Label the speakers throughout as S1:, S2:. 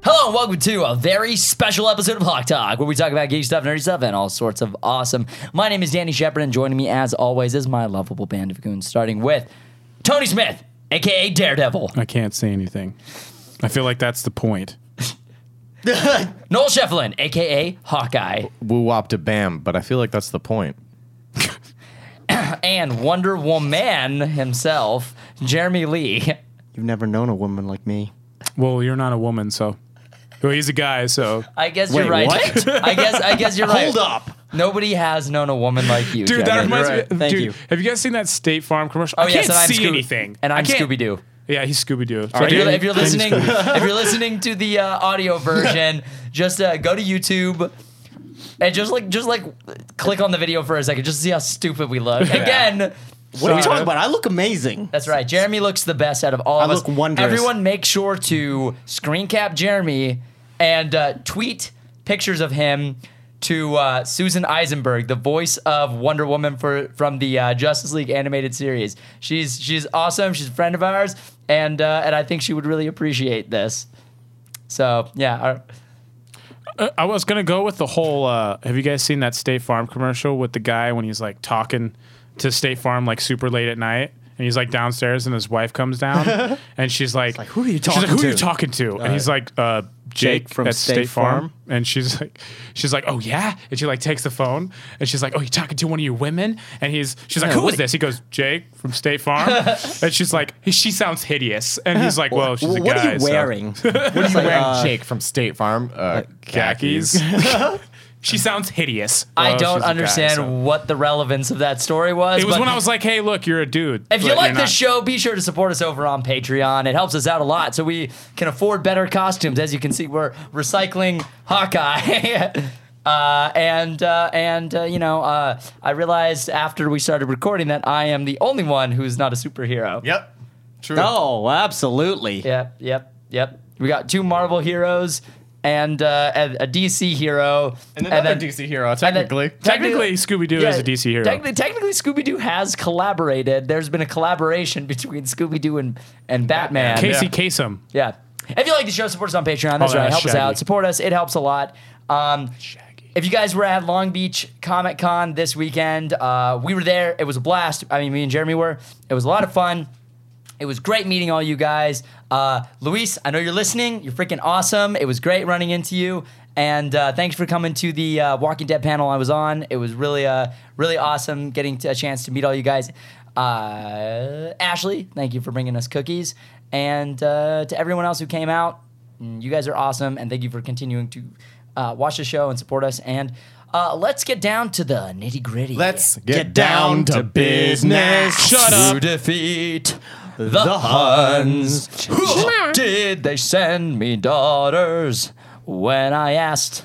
S1: and welcome to a very special episode of Hawk Talk, where we talk about geek stuff, nerdy stuff, and all sorts of awesome. My name is Danny Shepard, and joining me, as always, is my lovable band of goons, starting with Tony Smith, aka Daredevil,
S2: I can't say anything. I feel like that's the point.
S1: Noel Shefflin, aka Hawkeye,
S3: woo wop to bam, but I feel like that's the point.
S1: and Wonder Woman himself, Jeremy Lee.
S3: You've never known a woman like me.
S2: Well, you're not a woman, so. Well, he's a guy, so.
S1: I guess
S3: Wait,
S1: you're right.
S3: what?
S1: I guess I guess you're right.
S3: Hold up.
S1: Nobody has known a woman like you,
S2: Dude, that
S1: Jeremy.
S2: reminds
S3: right.
S2: me.
S3: Thank
S2: dude,
S3: you.
S2: Have you guys seen that State Farm commercial?
S1: Oh
S2: I
S1: yes,
S2: can't
S1: and I'm
S2: see
S1: Scoo-
S2: anything.
S1: and
S2: I
S1: I'm
S2: can't-
S1: Scooby Doo.
S2: Yeah, he's Scooby Doo.
S1: If you're, if you're listening, if you're listening to the uh, audio version, just uh, go to YouTube and just like just like click on the video for a second, just to see how stupid we look. Again,
S3: What are you
S2: Sorry.
S3: talking about? I look amazing.
S1: that's right. Jeremy looks the best out of all
S3: I
S1: of us.
S3: look wondrous.
S1: Everyone, make sure to screen cap Jeremy and uh, tweet pictures of him to uh, Susan Eisenberg, the voice of Wonder Woman for from the uh, Justice League animated series. She's she's awesome. She's a friend of ours, and uh, and I think she would really appreciate this. So yeah, our-
S2: Uh, I was gonna go with the whole. Uh, have you guys seen that State Farm commercial with the guy when he's like talking to State Farm like super late at night, and he's like downstairs, and his wife comes down, and she's like,
S3: like, "Who are you
S2: she's
S3: talking
S2: like, "Who are you
S3: to?"
S2: talking to?" and he's like, uh, "Jake,
S3: Jake from
S2: at
S3: State
S2: State, Farm.
S3: Farm.
S2: and she's like, "She's like, oh yeah," and she like takes the phone, and she's like, "Oh, you talking to one of your women?" And he's, she's like,
S1: Yeah,
S2: "Who
S1: what
S2: is
S1: do-
S2: this?" He goes, "Jake from State Farm," and she's like, "She sounds hideous," and he's like, "Well, oh, she's a guy."
S3: what
S2: Uh,
S3: are you
S2: so-
S3: wearing? what are you
S4: Jake from State Farm. Uh,
S2: khakis. she sounds hideous.
S1: I
S2: Well,
S1: don't
S2: Oh, she's a guy,
S1: understand
S2: so-
S1: what the relevance of that story was.
S2: It was
S1: but-
S2: when I was like, "Hey, look, you're a dude."
S1: If you
S2: but
S1: like this
S2: you're not-
S1: show, be sure to support us over on Patreon. It helps us out a lot so we can afford better costumes. As you can see, we're recycling Hawkeye. Uh, and uh, and uh, you know, uh, I realized after we started recording that I am the only one who's not a superhero.
S4: Yep. True.
S3: Oh, absolutely.
S1: Yep, yep, yep. We got two Marvel heroes and uh, a, a DC hero,
S4: And another
S1: then-
S4: DC hero,
S1: and then-
S4: technically.
S2: Technically, Scooby Doo
S1: yeah,
S2: is a DC hero.
S1: Technically, technically Scooby Doo has collaborated. There's been a collaboration between Scooby Doo and, and Batman.
S2: Casey
S4: Yeah.
S2: Kasem.
S1: Yeah. If you like the show, support us on Patreon. That's
S2: Oh,
S1: right.
S2: that's
S1: Help us
S2: shaggy.
S1: out. Support us. It helps a lot. Um,
S2: Shaggy.
S1: if you guys were at Long Beach Comic Con this weekend, uh, we were there. It was a blast. I mean, me and Jeremy were. It was a lot of fun. It was great meeting all you guys. Uh, Luis, I know you're listening. You're freaking awesome. It was great running into you. And uh, thanks for coming to the uh, Walking Dead panel I was on. It was really, uh, really awesome getting to, a chance to meet all you guys. Uh, Ashley, thank you for bringing us cookies. And uh, to everyone else who came out, mm, you guys are awesome. And thank you for continuing to uh, watch the show and support us. And uh, let's get down to the nitty gritty.
S4: Let's get, down, to business.
S2: Shut up.
S1: To defeat the, Huns. Did they send me daughters when I asked?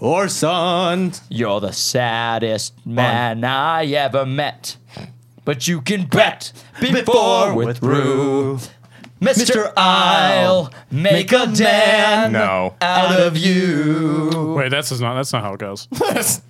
S3: Or son.
S1: You're the saddest man I ever met. But you can bet before we're through. Mr. I'll make a man
S4: No.
S1: out of you.
S2: Wait, that's just not. That's not how it goes. that's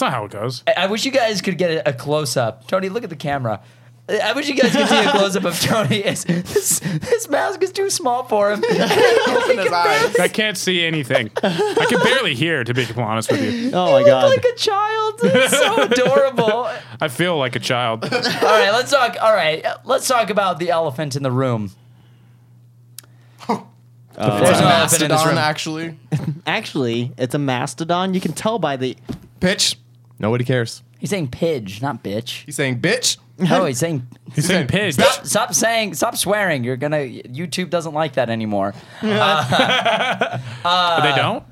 S2: not how it goes.
S1: I wish you guys could get a, a close up. Tony, look at the camera. I I wish you guys could see a close up of Tony. It's- This, this mask is too small for him.
S4: Open his eyes.
S2: I can't see anything. I can barely hear. To be completely honest with you,
S3: Oh my
S1: You look
S3: god.
S1: like a child. It's so adorable. All
S2: I feel like a child.
S1: right, let's talk. All right, uh, let's talk about the elephant in the room. There's no elephant in this
S4: Mastodon,
S1: room.
S4: actually.
S3: Actually, it's a mastodon. You can tell by the
S4: Pitch. Nobody cares.
S1: He's saying pidge, not bitch.
S4: He's saying bitch.
S1: No, he's saying.
S2: He's saying pidge.
S1: Stop, stop saying. Stop swearing. You're gonna. YouTube doesn't like that anymore.
S2: But they don't.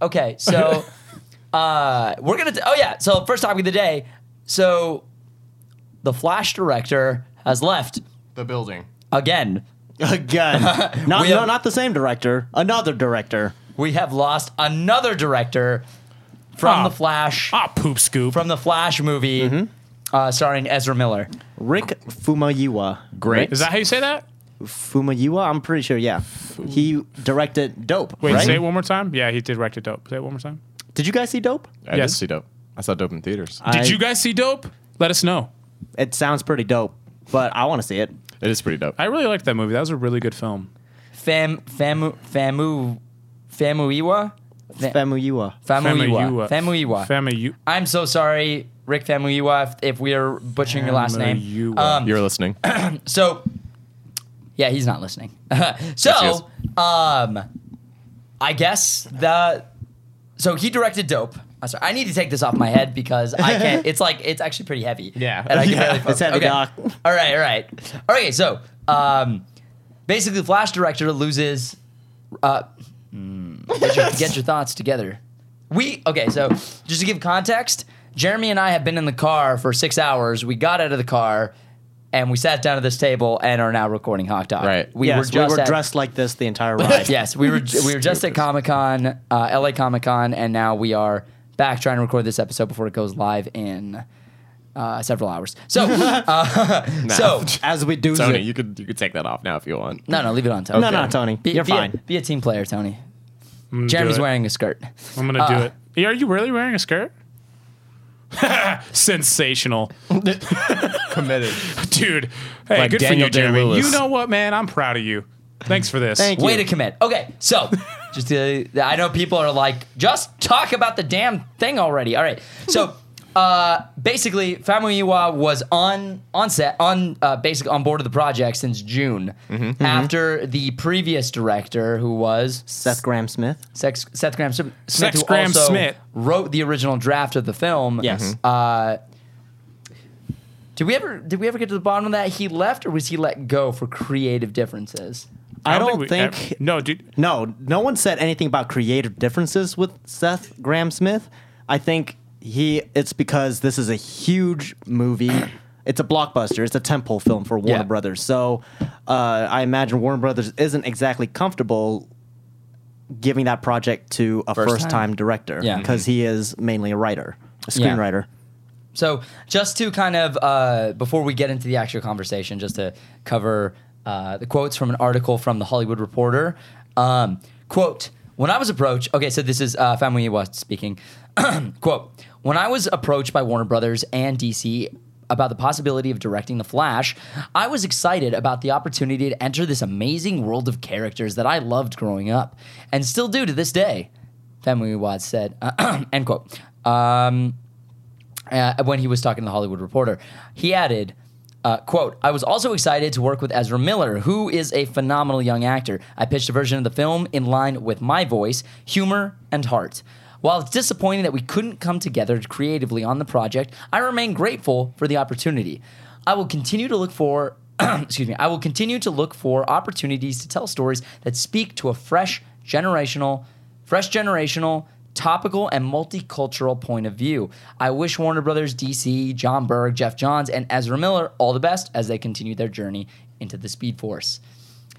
S1: Okay, so uh, we're gonna. oh yeah. So first topic of the day. So the Flash director has left
S4: The building.
S1: again.
S3: again. Not,
S1: We
S3: no,
S1: have-
S3: not the same director. Another director.
S1: We have lost another director from
S2: Ah.
S1: the Flash
S2: Ah, poop scoop.
S1: from the Flash movie. Uh, starring Ezra Miller.
S3: Rick Fumayiwa.
S4: Great.
S2: Is that how you say that?
S3: Fumayiwa, I'm pretty sure, yeah. He directed Dope,
S2: Wait,
S3: right?
S2: say it one more time. Yeah, he did wreck it dope. Say it one more time.
S3: Did you guys see Dope?
S4: I
S2: Yes.
S4: did see dope. I saw dope in theaters.
S2: Did
S3: I-
S2: you guys see Dope? Let us know.
S3: It sounds pretty dope, but I want to see it.
S4: it is pretty dope.
S2: I really liked that movie. That was a really good film.
S1: Fam Famu Famu Famuiwa. Fa-
S3: Famuyiwa.
S1: Famuiwa. Famuiwa.
S2: Famuiwa.
S1: I'm so sorry, Rick Famuiwa, if, if we are butchering your last name.
S2: Famuyiwa.
S1: Um,
S4: You're listening.
S1: so, yeah, he's not listening. so, um, I guess the so he directed Dope. I'm sorry, I need to take this off my head because I can't. it's like it's actually pretty heavy.
S4: Yeah.
S1: and I can
S4: Yeah.
S1: barely
S4: It's
S1: focus.
S3: heavy,
S1: okay.
S3: Doc.
S1: All right, all right, all right. So, um, basically, the Flash director loses. Uh, mm, get, your, get your thoughts together. We okay. So, just to give context, Jeremy and I have been in the car for six hours. We got out of the car. And we sat down at this table and are now recording Hawk Talk.
S4: Right.
S1: We
S3: yes,
S1: were just
S3: we were
S1: at-
S3: dressed like this the entire ride.
S1: Yes, we were we were just at Comic Con, uh, LA Comic Con, and now we are back trying to record this episode before it goes live in uh, several hours. So, uh, so
S3: As we do.
S4: Tony,
S3: it.
S4: you could you could take that off now if you want.
S1: no, no, leave it on, Tony.
S3: No, no, Tony.
S1: Be,
S3: You're
S1: be a-
S3: fine.
S1: be a team player, Tony.
S2: gonna
S1: Jeremy's
S2: do it.
S1: wearing a skirt.
S2: I'm gonna
S3: Uh,
S2: do it. Yeah, Are you really wearing a skirt? Sensational,
S4: Committed.
S2: dude. Hey,
S4: Like
S2: good
S4: Daniel
S2: for you, Jeremy.
S4: Day-Lewis.
S2: You know what, man? I'm proud of you. Thanks for this.
S3: Thank you.
S1: Way to commit. Okay, so just to, I know people are like, just talk about the damn thing already. All right, so uh, basically, Famuyiwa was on on set on uh, basic on board of the project since June Mm-hmm. after the previous director, who was
S3: Seth Graham Smith.
S1: Sex, Seth Graham Smith,
S2: Sex
S1: who
S2: Graham
S1: also
S2: Smith.
S1: wrote the original draft of the film.
S3: Yes.
S1: Uh, did we ever did we ever get to the bottom of that? He left, or was he let go for creative differences?
S3: I don't
S2: we
S3: think.
S2: ever- no, dude.
S3: No, no one said anything about creative differences with Seth Graham Smith. I think he it's because this is a huge movie. It's a blockbuster. It's a temple film for Warner
S1: Yeah.
S3: Brothers. So uh, I imagine Warner Brothers isn't exactly comfortable giving that project to a
S1: First
S3: first time director
S1: Yeah.
S3: because he is mainly a writer, a
S1: Yeah.
S3: screenwriter.
S1: So, just to kind of uh, before we get into the actual conversation, just to cover uh, the quotes from an article from the Hollywood Reporter. Um, quote: When I was approached, okay, so this is uh, Family West speaking. quote: When I was approached by Warner Brothers and DC about the possibility of directing The Flash, I was excited about the opportunity to enter this amazing world of characters that I loved growing up and still do to this day. Family Watts said, end quote. Um, uh, when he was talking to the Hollywood Reporter. He added, uh, "Quote: I was also excited to work with Ezra Miller, who is a phenomenal young actor. I pitched a version of the film in line with my voice, humor, and heart." While it's disappointing that we couldn't come together creatively on the project, I remain grateful for the opportunity. I will continue to look for excuse me, I will continue to look for opportunities to tell stories that speak to a fresh generational fresh generational, topical, and multicultural point of view. I wish Warner Brothers, DC, John Berg, Jeff Johns, and Ezra Miller all the best as they continue their journey into the Speed Force.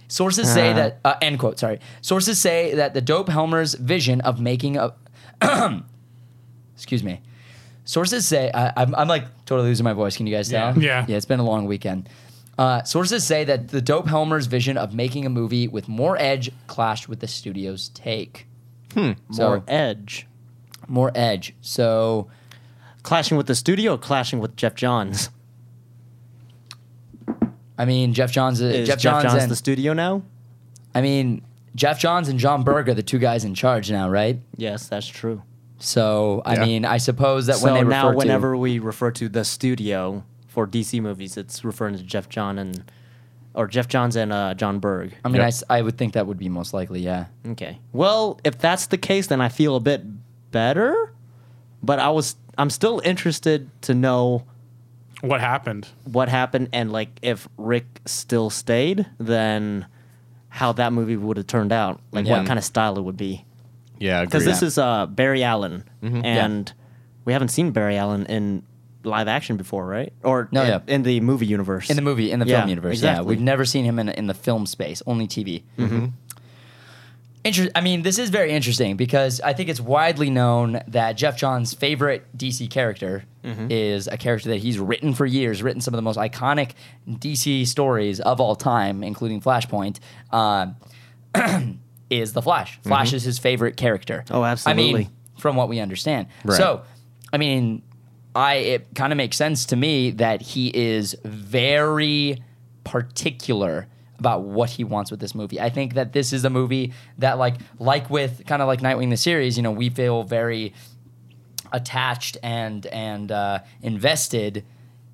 S1: Sources say that uh, end quote. Sorry. Sources say that the Dope Helmer's vision of making a excuse me. Sources say I, I'm, I'm like totally losing my voice. Can you guys tell?
S2: Yeah. Yeah.
S1: Yeah, it's been a long weekend. Uh, sources say that the Dope Helmer's vision of making a movie with more edge clashed with the studio's take. Hmm. So,
S3: More edge.
S1: more edge. So
S3: Clashing with the studio, or clashing with Jeff Johns.
S1: I mean, Jeff Johns. uh,
S3: Is
S1: Jeff, Johns. and,
S3: the studio now?
S1: I mean, Jeff Johns and John Berg are the two guys in charge now, right?
S3: Yes, that's true.
S1: So I
S4: Yeah.
S1: mean, I suppose that when
S3: so
S1: they
S3: now,
S1: refer
S3: whenever we refer to the studio for DC movies, it's referring to Jeff John and or Jeff Johns and uh, John Berg.
S1: to, I mean,
S4: Yep.
S1: I s I I, would think that would be most likely, yeah.
S3: Okay. Well, if that's the case, then I feel a bit better. But I was I'm still interested to know
S2: What happened?
S3: what happened and like if Rick still stayed, then how that movie would have turned out, like
S1: Yeah.
S3: what kind of style it would be.
S4: Yeah,
S3: Because
S4: because
S3: this is uh, Barry Allen,
S2: Mm-hmm.
S3: and we haven't seen Barry Allen in live action before, right? Or
S1: No,
S3: in,
S1: yeah.
S3: in the movie universe.
S1: In the movie, in the
S3: Yeah,
S1: film universe, yeah.
S3: exactly.
S1: We've never seen him in in the film space, only TV. Mm-hmm. Inter- I mean, this is very interesting because I think it's widely known that Jeff John's favorite DC character is a character that he's written for years, written some of the most iconic DC stories of all time, including Flashpoint. Um, is the Flash. Flash is his favorite character.
S3: Oh,
S1: I
S3: absolutely.
S1: mean, from what we understand.
S4: Right.
S1: So, I mean, I it kind of makes sense to me that he is very particular about what he wants with this movie. I think that this is a movie that, like, like with kind of like Nightwing the series, you know, we feel very attached and and uh, invested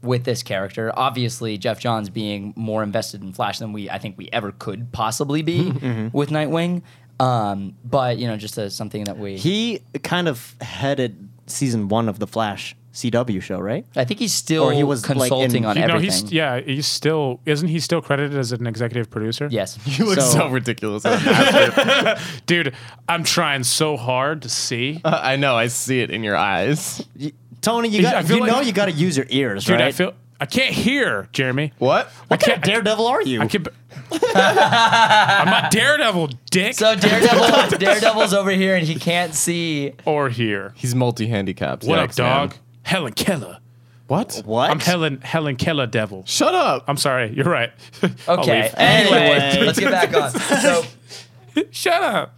S1: with this character. Obviously, Jeff Johns being more invested in Flash than we I think we ever could possibly be with Nightwing. Um, but you know, just as something that we.
S3: He kind of headed season one of the Flash CW show, right?
S1: I think he's still
S3: Or he was, like, in-
S1: consulting on
S2: You know,
S1: everything.
S2: he's yeah, he's still isn't he still credited as an executive producer?
S1: Yes.
S4: You look
S3: So-
S4: so, ridiculous. on that.
S2: dude, I'm trying so hard to see.
S3: Uh,
S4: I know. I see it in your eyes.
S3: Y- Tony, you
S2: Yeah, I
S3: got
S2: feel
S3: you
S2: like-
S3: know you got to use your ears,
S2: Dude,
S3: right?
S2: I feel I can't hear, Jeremy.
S4: What?
S3: what kind of daredevil are you?
S2: I can. I'm not Daredevil, dick,
S1: So Daredevil, Daredevil's over here and he can't see.
S2: or here.
S4: He's multi-handicapped.
S2: What
S4: the
S2: up,
S4: X-Man.
S2: dog? Helen Keller.
S4: What?
S3: what?
S2: I'm Helen Helen Keller Devil.
S4: Shut up.
S2: I'm sorry, you're right. I'll
S1: Okay.
S2: leave.
S1: Anyway,
S3: Anyway.
S1: let's get back on. So,
S2: Shut up.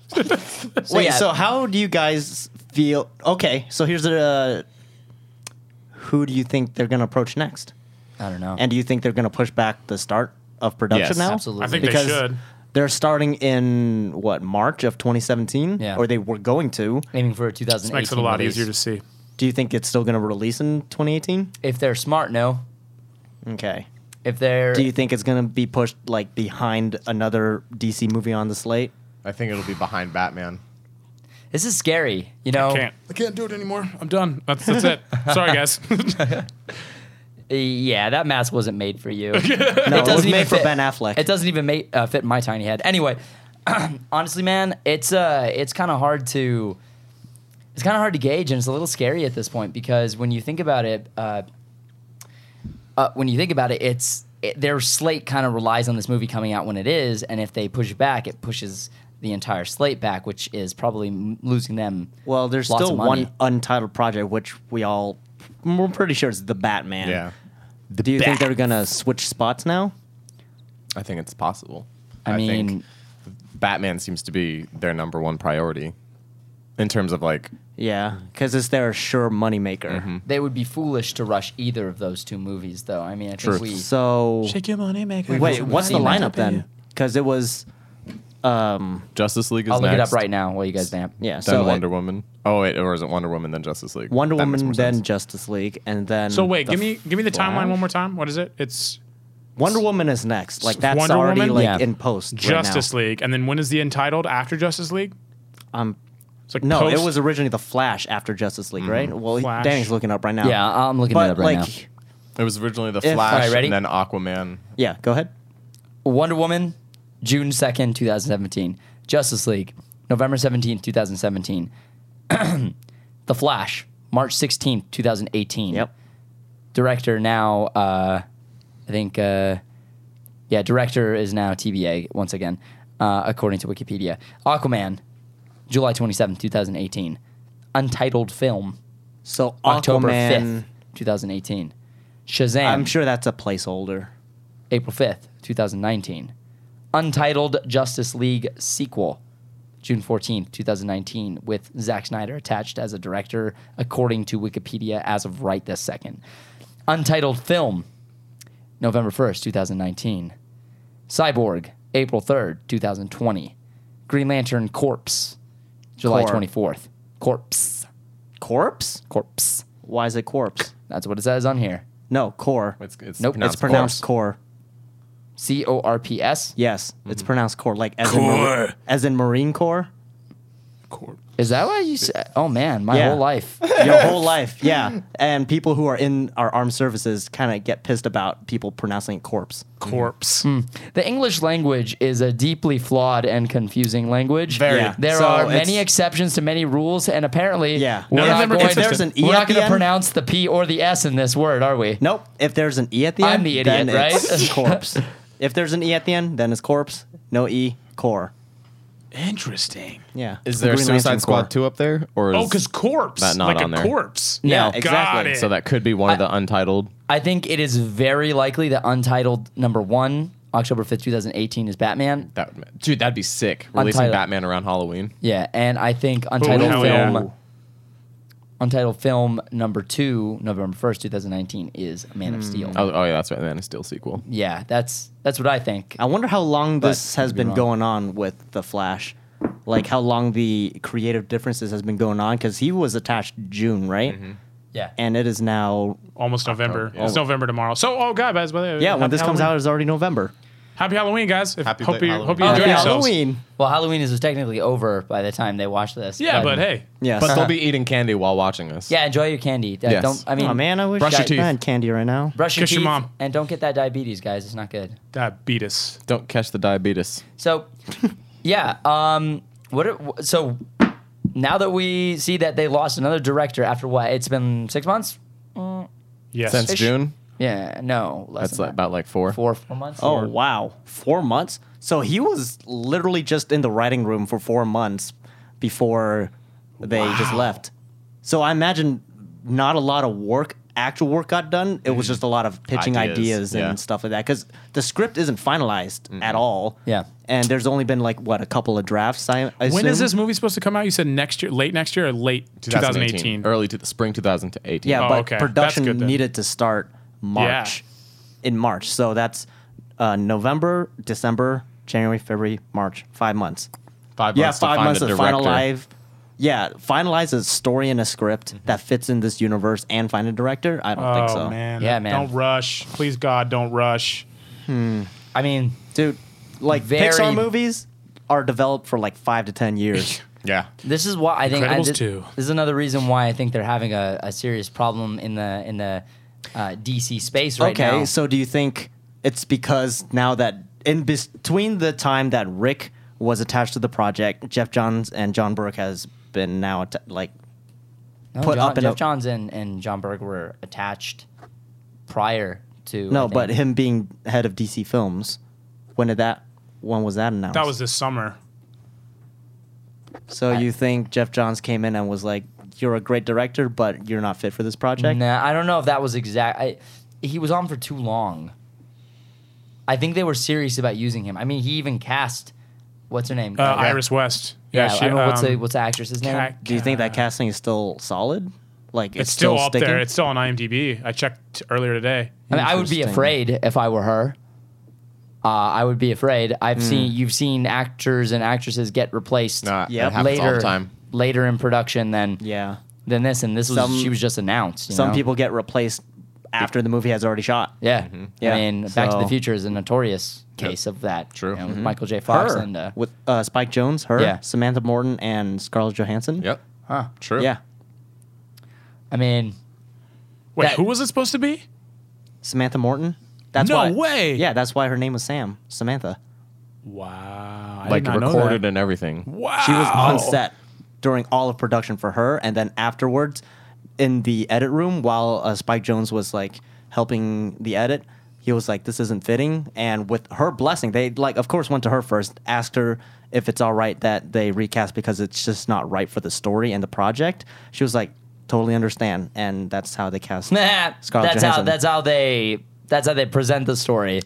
S1: so
S3: Wait,
S1: yeah,
S3: so how do you guys feel? Okay, so here's a. Who do you think they're going to approach next?
S1: I don't know.
S3: And do you think they're going to push back the start of production
S4: Yes,
S3: now?
S1: absolutely.
S2: I think
S3: Because
S2: they should.
S3: They're starting in what March of 2017,
S1: Yeah.
S3: or they were going to.
S1: aiming for a 2018
S2: Makes it a lot
S1: release.
S2: easier to see.
S3: Do you think it's still going to release in 2018?
S1: If they're smart, no.
S3: Okay.
S1: If they're
S3: Do you think it's going to be pushed like behind another DC movie on the slate?
S4: I think it'll be behind Batman.
S1: this is scary, you
S3: Oh.
S1: know.
S2: Can't. I can't do it anymore. I'm done. That's that's it. Sorry, guys.
S1: Uh, Yeah, that mask wasn't made for you.
S3: No, it, was
S1: doesn't even
S3: made for
S1: fit.
S3: Ben Affleck.
S1: It doesn't even make, uh, fit my tiny head. Anyway, honestly, man, it's uh, it's kind of hard to it's kind of hard to gauge, and it's a little scary at this point because when you think about it, uh, uh, when you think about it, it's it, their slate kind of relies on this movie coming out when it is, and if they push back, it pushes the entire slate back, which is probably m- losing them.
S3: Well, there's
S1: lots
S3: still
S1: of money.
S3: one untitled project which we all we're pretty sure it's the Batman.
S4: Yeah.
S3: Do you think they're gonna switch spots now?
S4: I think it's possible.
S1: I mean,
S4: think Batman seems to be their number one priority in terms of like
S3: Yeah, because it's their sure moneymaker.
S2: Mm-hmm.
S1: they would be foolish to rush either of those two movies, though. I mean, I
S4: True.
S1: think we.
S3: So
S2: your money, make
S3: wait, what's the
S1: money,
S3: lineup then? Because it was
S4: Justice League is
S1: I'll look it up
S4: next,
S1: right now uh, while you guys vamp.
S3: yeah.
S4: Then
S3: so
S4: Wonder
S3: it-
S4: Woman. Oh wait, or is it Wonder Woman then Justice League?
S3: Wonder
S4: That makes
S3: Woman,
S4: more
S3: then
S4: sense.
S3: Justice League, and then
S2: So wait,
S3: the
S2: give me give me the timeline
S3: Flash?
S2: one more time. What is it? It's
S3: Wonder Woman is next. Like that's
S2: Wonder
S3: already
S2: Woman?
S3: like
S1: Yeah.
S3: in post.
S2: Justice League, and then when is the entitled after Justice League?
S3: Um,
S2: It's like
S3: No,
S2: post- Mm-hmm.
S3: it was originally the Flash after Justice League, right? Well, he-
S2: Flash.
S3: Danny's looking up right now.
S1: Yeah, I'm looking
S3: but
S1: it up right
S3: like,
S1: now.
S4: It was originally the
S3: If-
S4: Flash,
S1: Alright, ready?
S4: and then Aquaman.
S3: yeah, go ahead.
S1: Mm-hmm. Wonder Woman, June 2nd, 2017. Justice League, November 17th, 2017. the Flash, March 16th, 2018.
S3: Yep.
S1: Director now, uh, I think, uh, yeah, director is now TBA once again, uh, according to Wikipedia. Aquaman, July 27th, 2018. Untitled film,
S3: So
S1: October 5th,
S3: Aquaman,
S1: 2018. Shazam.
S3: I'm sure that's a placeholder.
S1: April 5th, 2019. Untitled Justice League sequel, June 14th, 2019, with Zack Snyder attached as a director, according to Wikipedia as of right this second. Untitled film, November 1st, 2019. Cyborg, April 3rd, 2020. Green Lantern Corpse, July
S3: Corp.
S1: 24th. Corpse.
S3: Corpse?
S1: Corpse.
S3: Why is it corpse?
S1: That's what it says on here.
S3: No, core.
S4: It's it's
S1: Nope,
S4: pronounced
S3: It's pronounced
S4: Corpse. Mm-hmm.
S3: core.
S1: C O R P S.
S3: Yes, it's pronounced core, like as in mar-
S2: Core.
S3: as in Marine Corps.
S1: Is that why you said? Oh man, my
S3: Yeah.
S1: whole life.
S3: Your whole life, yeah. And people who are in our armed services kind of get pissed about people pronouncing it corpse.
S2: corpse.
S1: The English language is a deeply flawed and confusing language.
S4: Very.
S3: Yeah.
S1: There
S3: So
S1: are
S3: it's-
S1: many exceptions to many rules, and apparently,
S3: Yeah.
S1: we're
S2: None of
S1: not
S2: them are
S1: going.
S2: consistent. If there's
S3: an E
S1: we're
S3: at
S1: not
S3: the
S1: going to
S3: end-
S1: pronounce the P or the S in this word, are we?
S3: Nope. If there's an E at the
S1: I'm
S3: end,
S1: the idiot,
S3: then
S1: right?
S3: It's corpse. if there's an E at the end, then it's corpse. No E, core.
S2: Interesting.
S3: Yeah.
S4: Is there a
S3: Green Lantern
S4: Suicide Squad
S3: Corps.
S4: two up there? Or
S2: Oh,
S4: is-
S2: because corpse,
S4: That not
S2: like
S4: on
S2: a
S4: there.
S2: corpse.
S3: Yeah,
S2: Got
S3: exactly.
S2: it.
S4: so that could be one of the untitled.
S1: I think it is very likely that Untitled number one, October fifth, two thousand eighteen, is Batman.
S4: That would- dude, that'd be sick. Releasing
S1: Untitled.
S4: Batman around Halloween.
S1: Yeah, and I think Untitled
S2: hell
S1: film.
S2: yeah.
S1: Untitled film number two, November first, two thousand nineteen, is Man of Steel.
S4: Oh, oh yeah, that's right. Man of Steel sequel.
S1: Yeah, that's that's what I think.
S3: I wonder how long this
S1: But-
S3: has
S1: could be
S3: been
S1: wrong.
S3: going on with the Flash, like how long the creative differences has been going on because he was attached June, right?
S4: Mm-hmm.
S1: Yeah,
S3: And it is now
S2: Almost November.
S4: yeah.
S2: It's November tomorrow. So, oh god, guys, by the way,
S3: yeah. When
S2: happy
S3: this comes
S2: Halloween.
S3: out, it's already November.
S2: happy Halloween, guys. If,
S4: Happy
S2: hope
S4: late
S2: you
S4: Halloween.
S2: hope you
S1: Oh,
S2: enjoy
S1: yeah.
S2: yourselves.
S3: Halloween.
S1: well, Halloween is technically over by the time they watch this.
S2: Yeah, but hey,
S3: Yes.
S4: But they'll be eating candy while watching us.
S1: yeah, enjoy your candy. Uh,
S4: Yes.
S1: Don't I mean,
S3: oh man, I wish
S4: Brush your
S3: I
S4: teeth.
S3: had candy right now.
S1: brush your
S2: Kiss
S1: teeth
S2: your mom.
S1: and don't get that diabetes, guys. It's not good.
S2: diabetes.
S4: Don't catch the diabetes.
S1: So, yeah. Um, what? Are, wh- so now that we see that they lost another director after what? It's been six months.
S2: Yes.
S4: Since June,
S1: Yeah, no, less
S4: that's
S1: than
S4: like,
S1: that.
S4: about like four.
S1: four, four months.
S3: Oh wow, four months. So he was literally just in the writing room for four months before they just left. So I imagine not a lot of work, actual work got done. It was
S2: Mm-hmm.
S3: just a lot of pitching
S4: Ideas,
S3: ideas, and
S4: yeah.
S3: stuff like that because the script isn't finalized at all.
S1: Yeah.
S3: and there's only been like what a couple of drafts. I, I
S2: When is
S3: assume?
S2: this movie supposed to come out? You said next year, late next year, or late 2018.
S4: early to the spring 2018.
S3: Yeah,
S2: Oh,
S3: but
S2: okay. That's
S3: production
S2: good then.
S3: needed to start March. In March, so that's uh, November, December, January, February, March. Five months.
S4: five
S3: yeah,
S4: months
S3: five
S4: to find
S3: months
S4: a
S3: to
S4: director.
S3: finalize. Yeah, finalize a story and a script that fits in this universe and find a director. I don't think so,
S2: Oh man.
S1: Yeah, man.
S2: Don't rush, please, God, don't rush.
S1: I mean,
S3: dude. Like
S1: Very-
S3: Pixar movies are developed for like five to ten years.
S4: Yeah,
S1: this is why I think I,
S2: Incredibles
S1: this,
S2: two.
S1: this is another reason why I think they're having a, a serious problem in the in the uh, DC space right
S3: okay,
S1: now.
S3: so do you think it's because now that in between the time that Rick was attached to the project, Jeff Johns and John Burke has been now atta- like
S1: No,
S3: put
S1: John,
S3: up in
S1: Jeff
S3: a-
S1: Johns and, and John Berg were attached prior to I
S3: no,
S1: think.
S3: but him being head of DC Films. When did that? When was that announced?
S2: That was this summer.
S3: So you think Jeff Johns came in and was like, "You're a great director, but you're not fit for this project."
S1: Nah, I don't know if that was exact. I, he was on for too long. I think they were serious about using him. I mean, he even cast what's her name?
S2: Uh,
S1: Yeah.
S2: Iris West.
S1: Yeah, I don't know what's
S2: um,
S1: the what's the actress's name?
S2: Cat-
S3: Do you think that casting is still solid? Like it's,
S2: It's still, up
S3: sticking?
S2: there. It's still on IMDb. I checked earlier today.
S1: I mean, I would be
S3: Interesting.
S1: afraid if I were her. Uh, I would be afraid. I've
S3: Hmm.
S1: seen you've seen actors and actresses get replaced
S4: no, yeah,
S3: Yep.
S4: it happens
S1: later
S4: all the time.
S1: later in production than
S3: yeah.
S1: than this, and this was
S3: Some-
S1: she was just announced. you
S3: Some
S1: know?
S3: people get replaced after the movie has already shot.
S1: yeah,
S3: Yeah.
S1: I mean, Back to the
S3: So- Mm-hmm.
S1: Future is a notorious case of that.
S4: True.
S1: you know, with Michael J. Fox
S3: Her
S1: and uh,
S3: with uh, Spike Jones, her,
S1: Yeah.
S3: Samantha Morton, and Scarlett Johansson.
S4: Yep.
S1: Huh.
S4: True.
S3: Yeah,
S1: I mean,
S2: Wait,
S1: That-
S2: who was it supposed to be?
S3: Samantha Morton. That's
S2: No
S3: why,
S2: way!
S3: Yeah, that's why her name was Sam. Samantha.
S2: Wow. I
S4: Like
S2: did not know
S4: recorded
S2: that.
S4: and everything.
S2: Wow.
S3: She was on set during all of production for her, and then afterwards, in the edit room, while uh, Spike Jones was like helping the edit, he was like, "This isn't fitting." And with her blessing, they like, of course, went to her first, asked her if it's all right that they recast because it's just not right for the story and the project. She was like, "Totally understand," and that's how they cast.
S1: Nah, that's
S3: Scarlett
S1: how
S3: Johansson.
S1: that's how they that's how they present the story.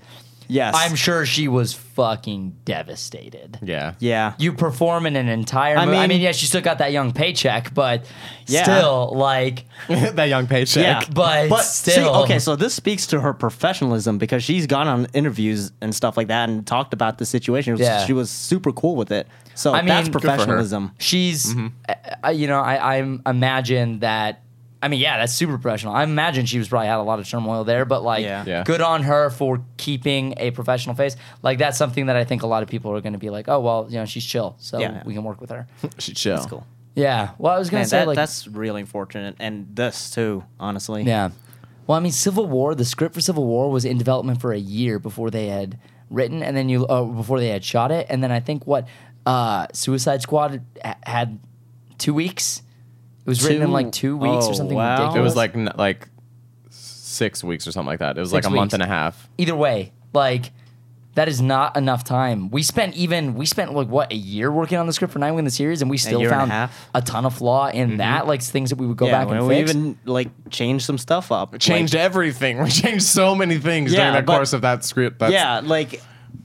S3: Yes,
S1: I'm sure she was fucking devastated.
S4: Yeah.
S3: Yeah,
S1: You perform in an entire.
S3: I
S1: movie. I
S3: mean-
S1: mean, yeah, she still got that young paycheck, but
S3: Yeah.
S1: still, like,
S4: that young paycheck.
S1: but
S3: see,
S1: still.
S3: okay, so this speaks to her professionalism because she's gone on interviews and stuff like that and talked about the situation.
S1: Yeah.
S3: She was super cool with it. So
S1: I
S3: that's
S1: mean, good for
S4: her.
S3: professionalism.
S1: she's, uh, uh, you know, I, I imagine that. I mean, yeah, that's super professional. I imagine she was probably had a lot of turmoil there, but like,
S3: Yeah.
S4: Yeah.
S1: good on her for keeping a professional face. Like, that's something that I think a lot of people are going to be like, oh, well, you know, she's chill, so
S3: Yeah.
S1: we can work with her.
S4: She chill.
S3: That's cool.
S1: yeah. Well, I was going
S3: Man,
S1: to say
S3: that,
S1: like,
S3: that's really unfortunate. And this too, honestly.
S1: Yeah. Well, I mean, Civil War. The script for Civil War was in development for a year before they had written, and then you uh, before they had shot it, and then I think what uh, Suicide Squad ha- had two weeks. It was written in
S3: Two-
S1: like two weeks
S3: oh,
S1: or something
S3: wow.
S1: ridiculous.
S4: It was like n- like six weeks or something like that. It was like
S1: Six
S4: a month
S1: weeks.
S4: and a half.
S1: either way, like that is not enough time. We spent even we spent like what a year working on the script for Nine Win the series, and we still
S3: year and a
S1: found
S3: half. Mm-hmm.
S1: a ton of flaw in that, like things that we would go
S3: Yeah,
S1: back and
S3: we
S1: fix.
S3: even like changed some stuff up.
S4: Changed
S3: Like,
S4: everything. We changed so many things
S3: Yeah,
S4: during the
S3: but-
S4: course of that script. That's,
S3: yeah, like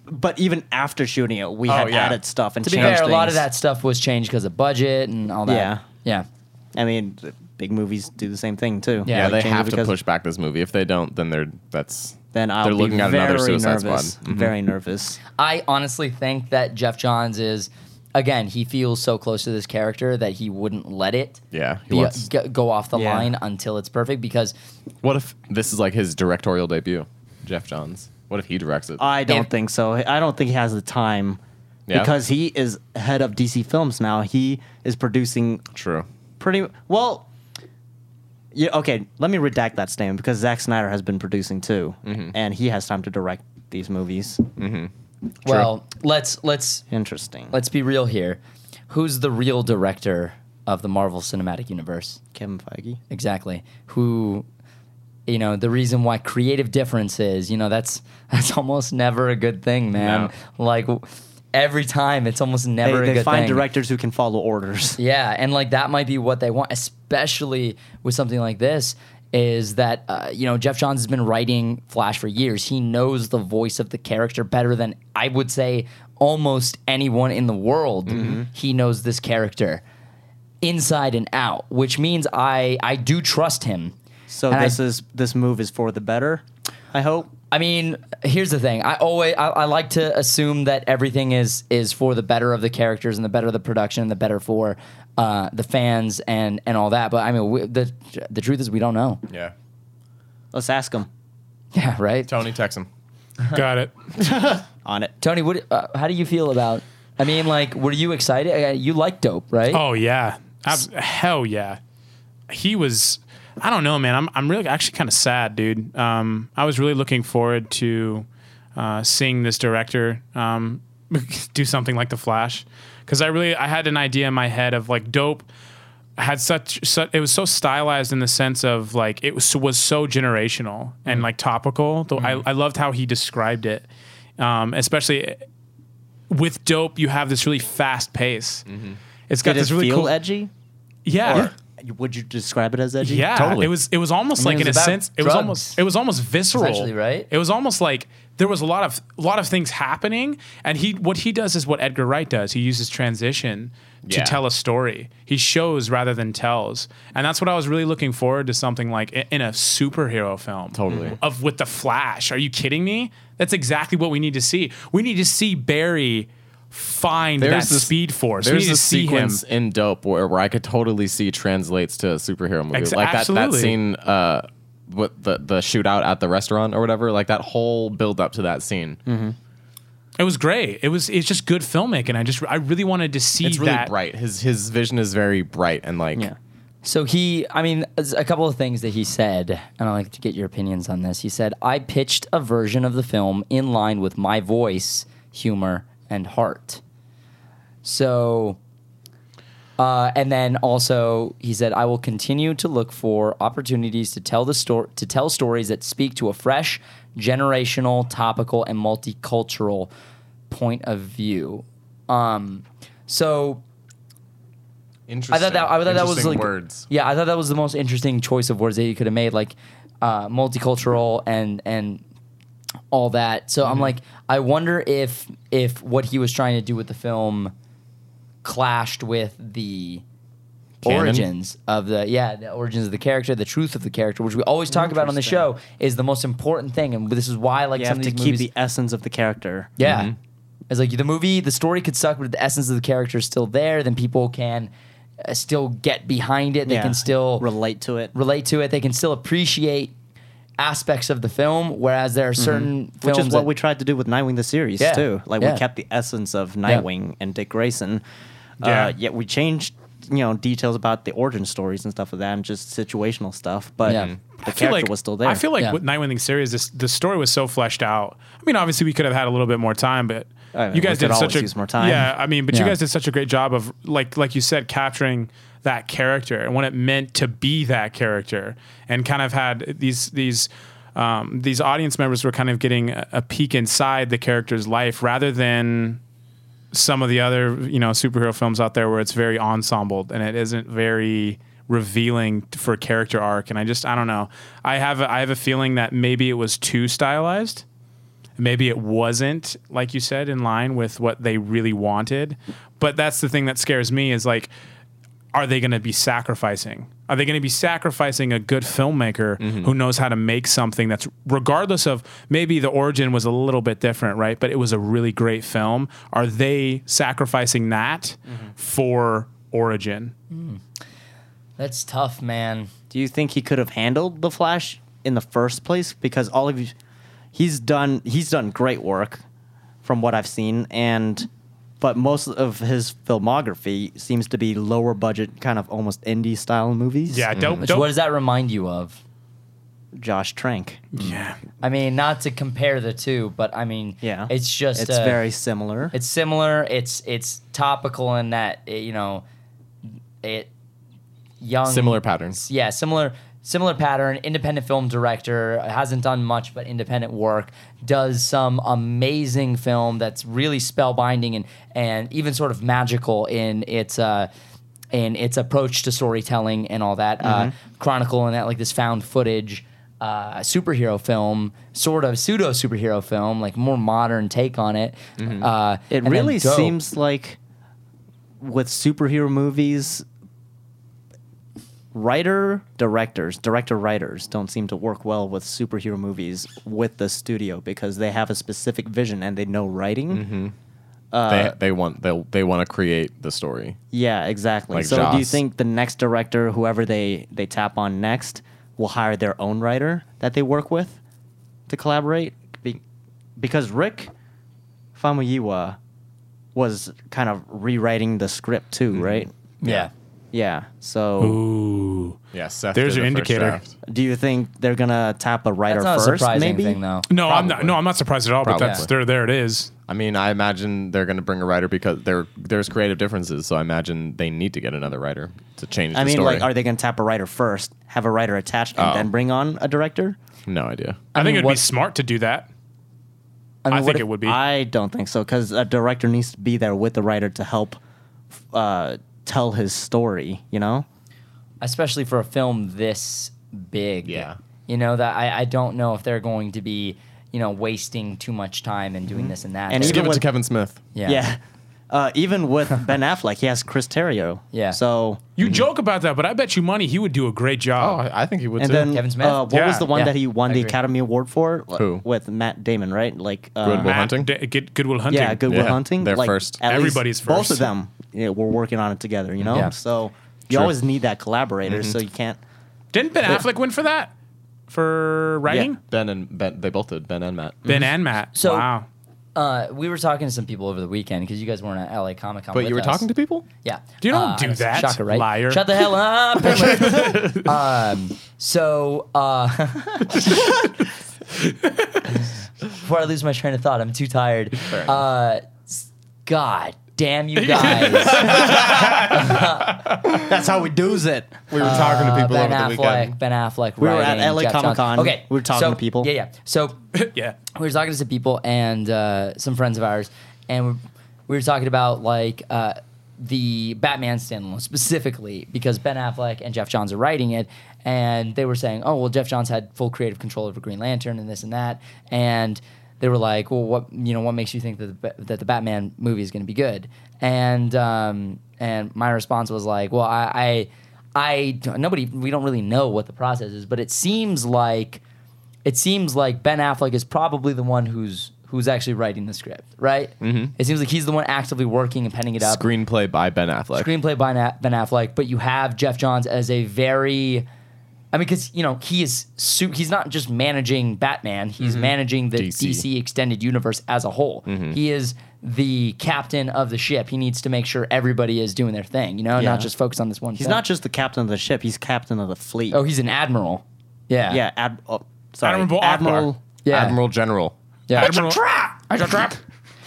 S3: but even after shooting it, we had
S4: yeah.
S3: added stuff and
S1: to be
S3: changed
S1: fair, a lot of
S3: things.
S1: that stuff was changed because of budget and all that.
S3: Yeah.
S1: Yeah.
S3: I mean, big movies do the same thing too.
S1: Yeah,
S4: Yeah,
S3: Like,
S4: they
S3: change it
S4: have to
S3: because
S4: push back this movie. If they don't, then they're that's
S3: Then I'll
S4: they're
S3: be
S4: looking at another
S3: very
S4: Suicide
S3: nervous.
S4: Squad. Mhm.
S3: Very nervous.
S1: I honestly think that Jeff Johns is, again, he feels so close to this character that he wouldn't let it
S4: Yeah, he
S1: be-
S4: wants-
S1: go- go off the
S3: Yeah.
S1: line until it's perfect because
S4: What if this is like his directorial debut, Jeff Johns? What if he directs it?
S3: I don't
S1: If-
S3: think so. I don't think he has the time
S4: Yeah?
S3: because he is head of DC Films now. He is producing
S4: True.
S3: pretty well. Yeah, okay. Let me redact that statement because Zack Snyder has been producing too,
S1: Mm-hmm.
S3: and he has time to direct these movies.
S1: well, let's let's
S3: Interesting.
S1: let's be real here. Who's the real director of the Marvel Cinematic Universe?
S3: Kevin Feige.
S1: Exactly. Who you know, the reason why creative differences, you know, that's that's almost never a good thing, man. Like w- every time it's almost
S3: They,
S1: never a
S3: they
S1: good
S3: find
S1: thing.
S3: directors who can follow orders.
S1: Yeah, and like that might be what they want, especially with something like this. Is that uh, you know Jeff Johns has been writing Flash for years. He knows the voice of the character better than I would say almost anyone in the world.
S3: Mm-hmm.
S1: He knows this character inside and out, which means I I do trust him.
S3: So
S1: And I-
S3: this is this move is for the better. I hope.
S1: I mean, here's the thing. I always I, I like to assume that everything is is for the better of the characters and the better of the production and the better for uh, the fans and and all that. But I mean, we, the the truth is we don't know.
S4: Yeah.
S3: Let's ask him
S1: Yeah, right.
S4: Tony text him.
S2: Got it.
S3: on it.
S1: Tony, what uh, how do you feel about? I mean, like, were you excited? Uh, you like dope, right?
S2: Oh yeah, Ab- hell yeah. He was. I don't know, man. I'm I'm really actually kind of sad, dude. Um, I was really looking forward to uh, seeing this director um, do something like The Flash, because I really I had an idea in my head of like dope had such, such it was so stylized in the sense of like it was was so generational and like topical. Though I I loved how he described it, um, especially with dope. You have this really fast pace.
S4: Mm-hmm.
S2: It's got
S3: Did
S2: this
S3: it
S2: really
S3: feel
S2: cool
S3: edgy?
S2: yeah.
S3: Would you describe it as edgy?
S2: Yeah,
S4: Totally.
S2: it was. It was almost
S1: mean, it
S2: like in a
S1: was about
S2: sense, it was
S1: drugs,
S2: almost it was almost visceral,
S1: essentially, right?
S2: It was almost like there was a lot of a lot of things happening, and he what he does is what Edgar Wright does. He uses transition to
S4: Yeah.
S2: tell a story. He shows rather than tells, and that's what I was really looking forward to something like i- in a superhero film,
S4: Totally.
S2: Of with the Flash, are you kidding me? That's exactly what we need to see. We need to see Barry find
S4: There's
S2: that
S4: this-
S2: Speed Force. We
S4: There's
S2: need to
S4: a
S2: see him.
S4: sequence in Dope where, where I could totally see translates to a superhero movie.
S2: Ex-
S4: like that, that
S2: absolutely.
S4: scene uh with the, the shootout at the restaurant or whatever, like that whole build up to that scene.
S2: It was great. It was it's just good filmmaking. I just I really wanted to see
S4: It's really
S2: that.
S4: bright. His his vision is very bright and like
S3: Yeah.
S1: So he, I mean, there's a couple of things that he said, and I'd like to get your opinions on this. He said, I pitched a version of the film in line with my voice, humor, and heart. So, uh, and then also he said, I will continue to look for opportunities to tell the story, to tell stories that speak to a fresh, generational, topical, and multicultural point of view. Um, so
S4: interesting.
S1: I thought that I thought that was
S4: interesting
S1: like
S4: words.
S1: Yeah, I thought that was the most interesting choice of words that you could have made, like uh, multicultural and and all that. So
S3: Mm-hmm.
S1: I'm like, I wonder if if what he was trying to do with the film clashed with the
S4: Canon?
S1: origins of the yeah the origins of the character, the truth of the character, which we always talk about on the show is the most important thing, and this is why I like
S3: You
S1: some
S3: have
S1: of
S3: to
S1: these
S3: keep
S1: movies.
S3: the essence of the character.
S1: Yeah.
S3: Mm-hmm.
S1: It's like the movie, the story could suck, but if the essence of the character is still there. Then people can uh, still get behind it. They
S3: Yeah.
S1: can still
S3: relate to it,
S1: relate to it. They can still appreciate aspects of the film. Whereas there are certain
S3: Mm-hmm. which
S1: films
S3: is what
S1: that-
S3: we tried to do with Nightwing the series
S1: Yeah.
S3: too. Like
S1: Yeah.
S3: we kept the essence of Nightwing and Dick Grayson.
S2: Yeah.
S3: Uh, yet we changed, you know, details about the origin stories and stuff like that, and just situational stuff. But
S1: Yeah.
S3: the
S2: I feel
S3: character
S2: like
S3: was still there.
S2: I feel like
S1: Yeah.
S2: with Nightwing the series, this, the story was so fleshed out. I mean, obviously we could have had a little bit more time, but
S3: I mean,
S2: you
S3: we
S2: guys
S3: could
S2: did such
S3: always
S2: a
S3: use more time.
S2: Yeah, I mean, but you
S1: Yeah.
S2: guys did such a great job of like like you said, capturing that character and what it meant to be that character, and kind of had these these. Um, these audience members were kind of getting a a peek inside the character's life rather than some of the other you know superhero films out there where it's very ensembled and it isn't very revealing t- for character arc and I just I don't know I have a, I have a feeling that maybe it was too stylized maybe it wasn't like you said in line with what they really wanted but that's the thing that scares me is like are they going to be sacrificing? Are they going to be sacrificing a good filmmaker
S1: Mm-hmm.
S2: who knows how to make something that's regardless of maybe the origin was a little bit different, right? But it was a really great film. Are they sacrificing that
S1: Mm-hmm.
S2: for origin?
S1: That's tough, man.
S3: Do you think he could have handled the Flash in the first place? Because all of you, he's done he's done great work from what I've seen, and but most of his filmography seems to be lower budget, kind of almost indie style movies.
S2: Yeah, don't
S1: Mm-hmm. Which,
S2: don't
S1: what does that remind you of?
S3: Josh Trank.
S2: yeah.
S1: I mean, not to compare the two, but I mean,
S3: Yeah,
S1: it's just
S3: it's
S1: uh,
S3: very similar.
S1: it's similar. It's it's topical in that eh, you know, it young
S4: Similar patterns.
S1: yeah, similar similar pattern. Independent film director uh, hasn't done much but independent work. Does some amazing film that's really spellbinding and and even sort of magical in its uh in its approach to storytelling and all that. Uh,
S3: Mm-hmm.
S1: Chronicle and that like this found footage. Uh, superhero film, sort of pseudo superhero film, like more modern take on it. Uh,
S3: Mm-hmm. It
S1: and then
S3: really
S1: Dope.
S3: seems like with superhero movies, writer directors, director writers don't seem to work well with superhero movies with the studio because they have a specific vision and they know writing.
S1: Mm-hmm.
S4: they they want they they want to create the story.
S3: Yeah, exactly.
S4: Like
S3: so do you
S4: Joss.
S3: think the next director, whoever they they tap on next, will hire their own writer that they work with to collaborate? Be- because Rick Famuyiwa was kind of rewriting the script too,
S4: Mm-hmm.
S3: right?
S1: yeah.
S3: Yeah. So
S2: Ooh.
S4: Yeah, Seth.
S2: There's
S4: did
S2: your
S4: the first
S2: indicator.
S4: draft.
S3: do you think they're gonna tap a writer
S1: That's not a
S3: first?
S1: surprising
S3: maybe.
S1: thing, though.
S2: No, I'm not.
S4: Probably.
S2: No, I'm not surprised at all. But that's there.
S4: Probably.
S2: There it is.
S4: I mean, I imagine they're going to bring a writer because there there's creative differences. So I imagine they need to get another writer to change.
S3: I
S4: the
S3: mean,
S4: story.
S3: like, are they gonna tap a writer first, have a writer attached, and
S4: Oh.
S3: then bring on a director?
S4: no idea.
S2: I,
S1: mean,
S2: think it'd be
S1: what-
S2: smart to do that. I,
S1: mean, what
S2: think
S1: if-
S2: it would be.
S3: I don't think so because a director needs to be there with the writer to help uh, tell his story. You know,
S1: especially for a film this big.
S4: Yeah.
S1: You know that I, I don't know if they're going to be you know wasting too much time and doing this and that.
S3: And
S1: They-
S4: Just
S3: even
S4: give it
S3: with-
S4: to Kevin Smith.
S1: yeah.
S3: Uh, even with Ben Affleck, he has Chris Terrio.
S1: Yeah.
S3: So
S2: you joke about that, but I bet you money he would do a great
S4: Oh,
S2: job.
S4: I, I think he would
S3: and
S4: too.
S3: then
S1: Kevin Smith?
S3: Uh, what
S2: Yeah.
S3: was the one
S1: Yeah.
S3: that he won
S1: I
S3: the
S1: agree.
S3: Academy Award for?
S4: Who?
S3: With Matt Damon, right? Like uh,
S4: Good Will
S2: Matt
S4: Hunting?
S2: Da- Good- Goodwill Hunting.
S3: Yeah, Good Will
S4: Yeah,
S3: Hunting.
S4: they're
S3: like,
S4: first.
S3: at least
S2: Everybody's
S3: Both
S2: first.
S3: of them you know, were working on it together. You know,
S1: Yeah.
S3: so you
S4: True.
S3: always need that collaborator.
S2: Mm-hmm.
S3: So you can't.
S2: Didn't Ben Affleck win for that? For writing?
S4: ben and Ben, they both did. Ben and Matt.
S2: Ben
S3: Mm-hmm.
S2: and Matt.
S1: So-
S2: wow.
S1: Uh, we were talking to some people over the weekend because you guys weren't at LA Comic Con.
S4: But you were talking to people.
S1: Yeah.
S2: You don't
S1: Uh,
S2: do that,
S1: Shocker, right?
S2: liar.
S1: Shut the hell up. Anyway, um, so, uh, before I lose my train of thought, I'm too tired. Uh, s- God damn you guys.
S3: That's how we do's it.
S4: We were talking to people
S1: Uh, Ben
S4: over
S1: Affleck,
S4: the weekend.
S1: Ben Affleck.
S3: were at
S1: writing,
S3: LA
S1: Jeff Johns.
S3: Comic-Con.
S1: Okay,
S3: We were talking
S1: so-
S3: to people.
S1: Yeah, yeah. So
S2: yeah.
S1: we were talking to some people and uh, some friends of ours, and we, we were talking about like uh, the Batman standalone specifically because Ben Affleck and Jeff Johns are writing it, and they were saying, "Oh, well, Jeff Johns had full creative control over Green Lantern and this and that," and they were like, "Well, what you know, what makes you think that the, Ba- that the Batman movie is going to be good?" And um, and my response was like, "Well, I." I I nobody we don't really know what the process is, but it seems like it seems like Ben Affleck is probably the one who's who's actually writing the script, right? Mm-hmm. It seems like he's the one actively working and penning it up.
S4: Screenplay by Ben Affleck.
S1: Screenplay by Na- Ben Affleck, but you have Jeff Johns as a very I mean, because you know he is su- he's not just managing Batman; he's
S3: Mm-hmm.
S1: managing the
S4: DC.
S1: DC. extended universe as a whole. He is the captain of the ship. He needs to make sure everybody is doing their thing, you know,
S3: Yeah.
S1: not just focus on this one.
S3: He's
S1: film.
S3: not just the captain of the ship. He's captain of the fleet.
S1: Oh, he's an admiral. Yeah.
S3: Yeah, Ad, oh, sorry.
S2: Admiral Akbar.
S3: Admiral.
S1: Yeah.
S4: Admiral General.
S1: Yeah.
S2: Admiral-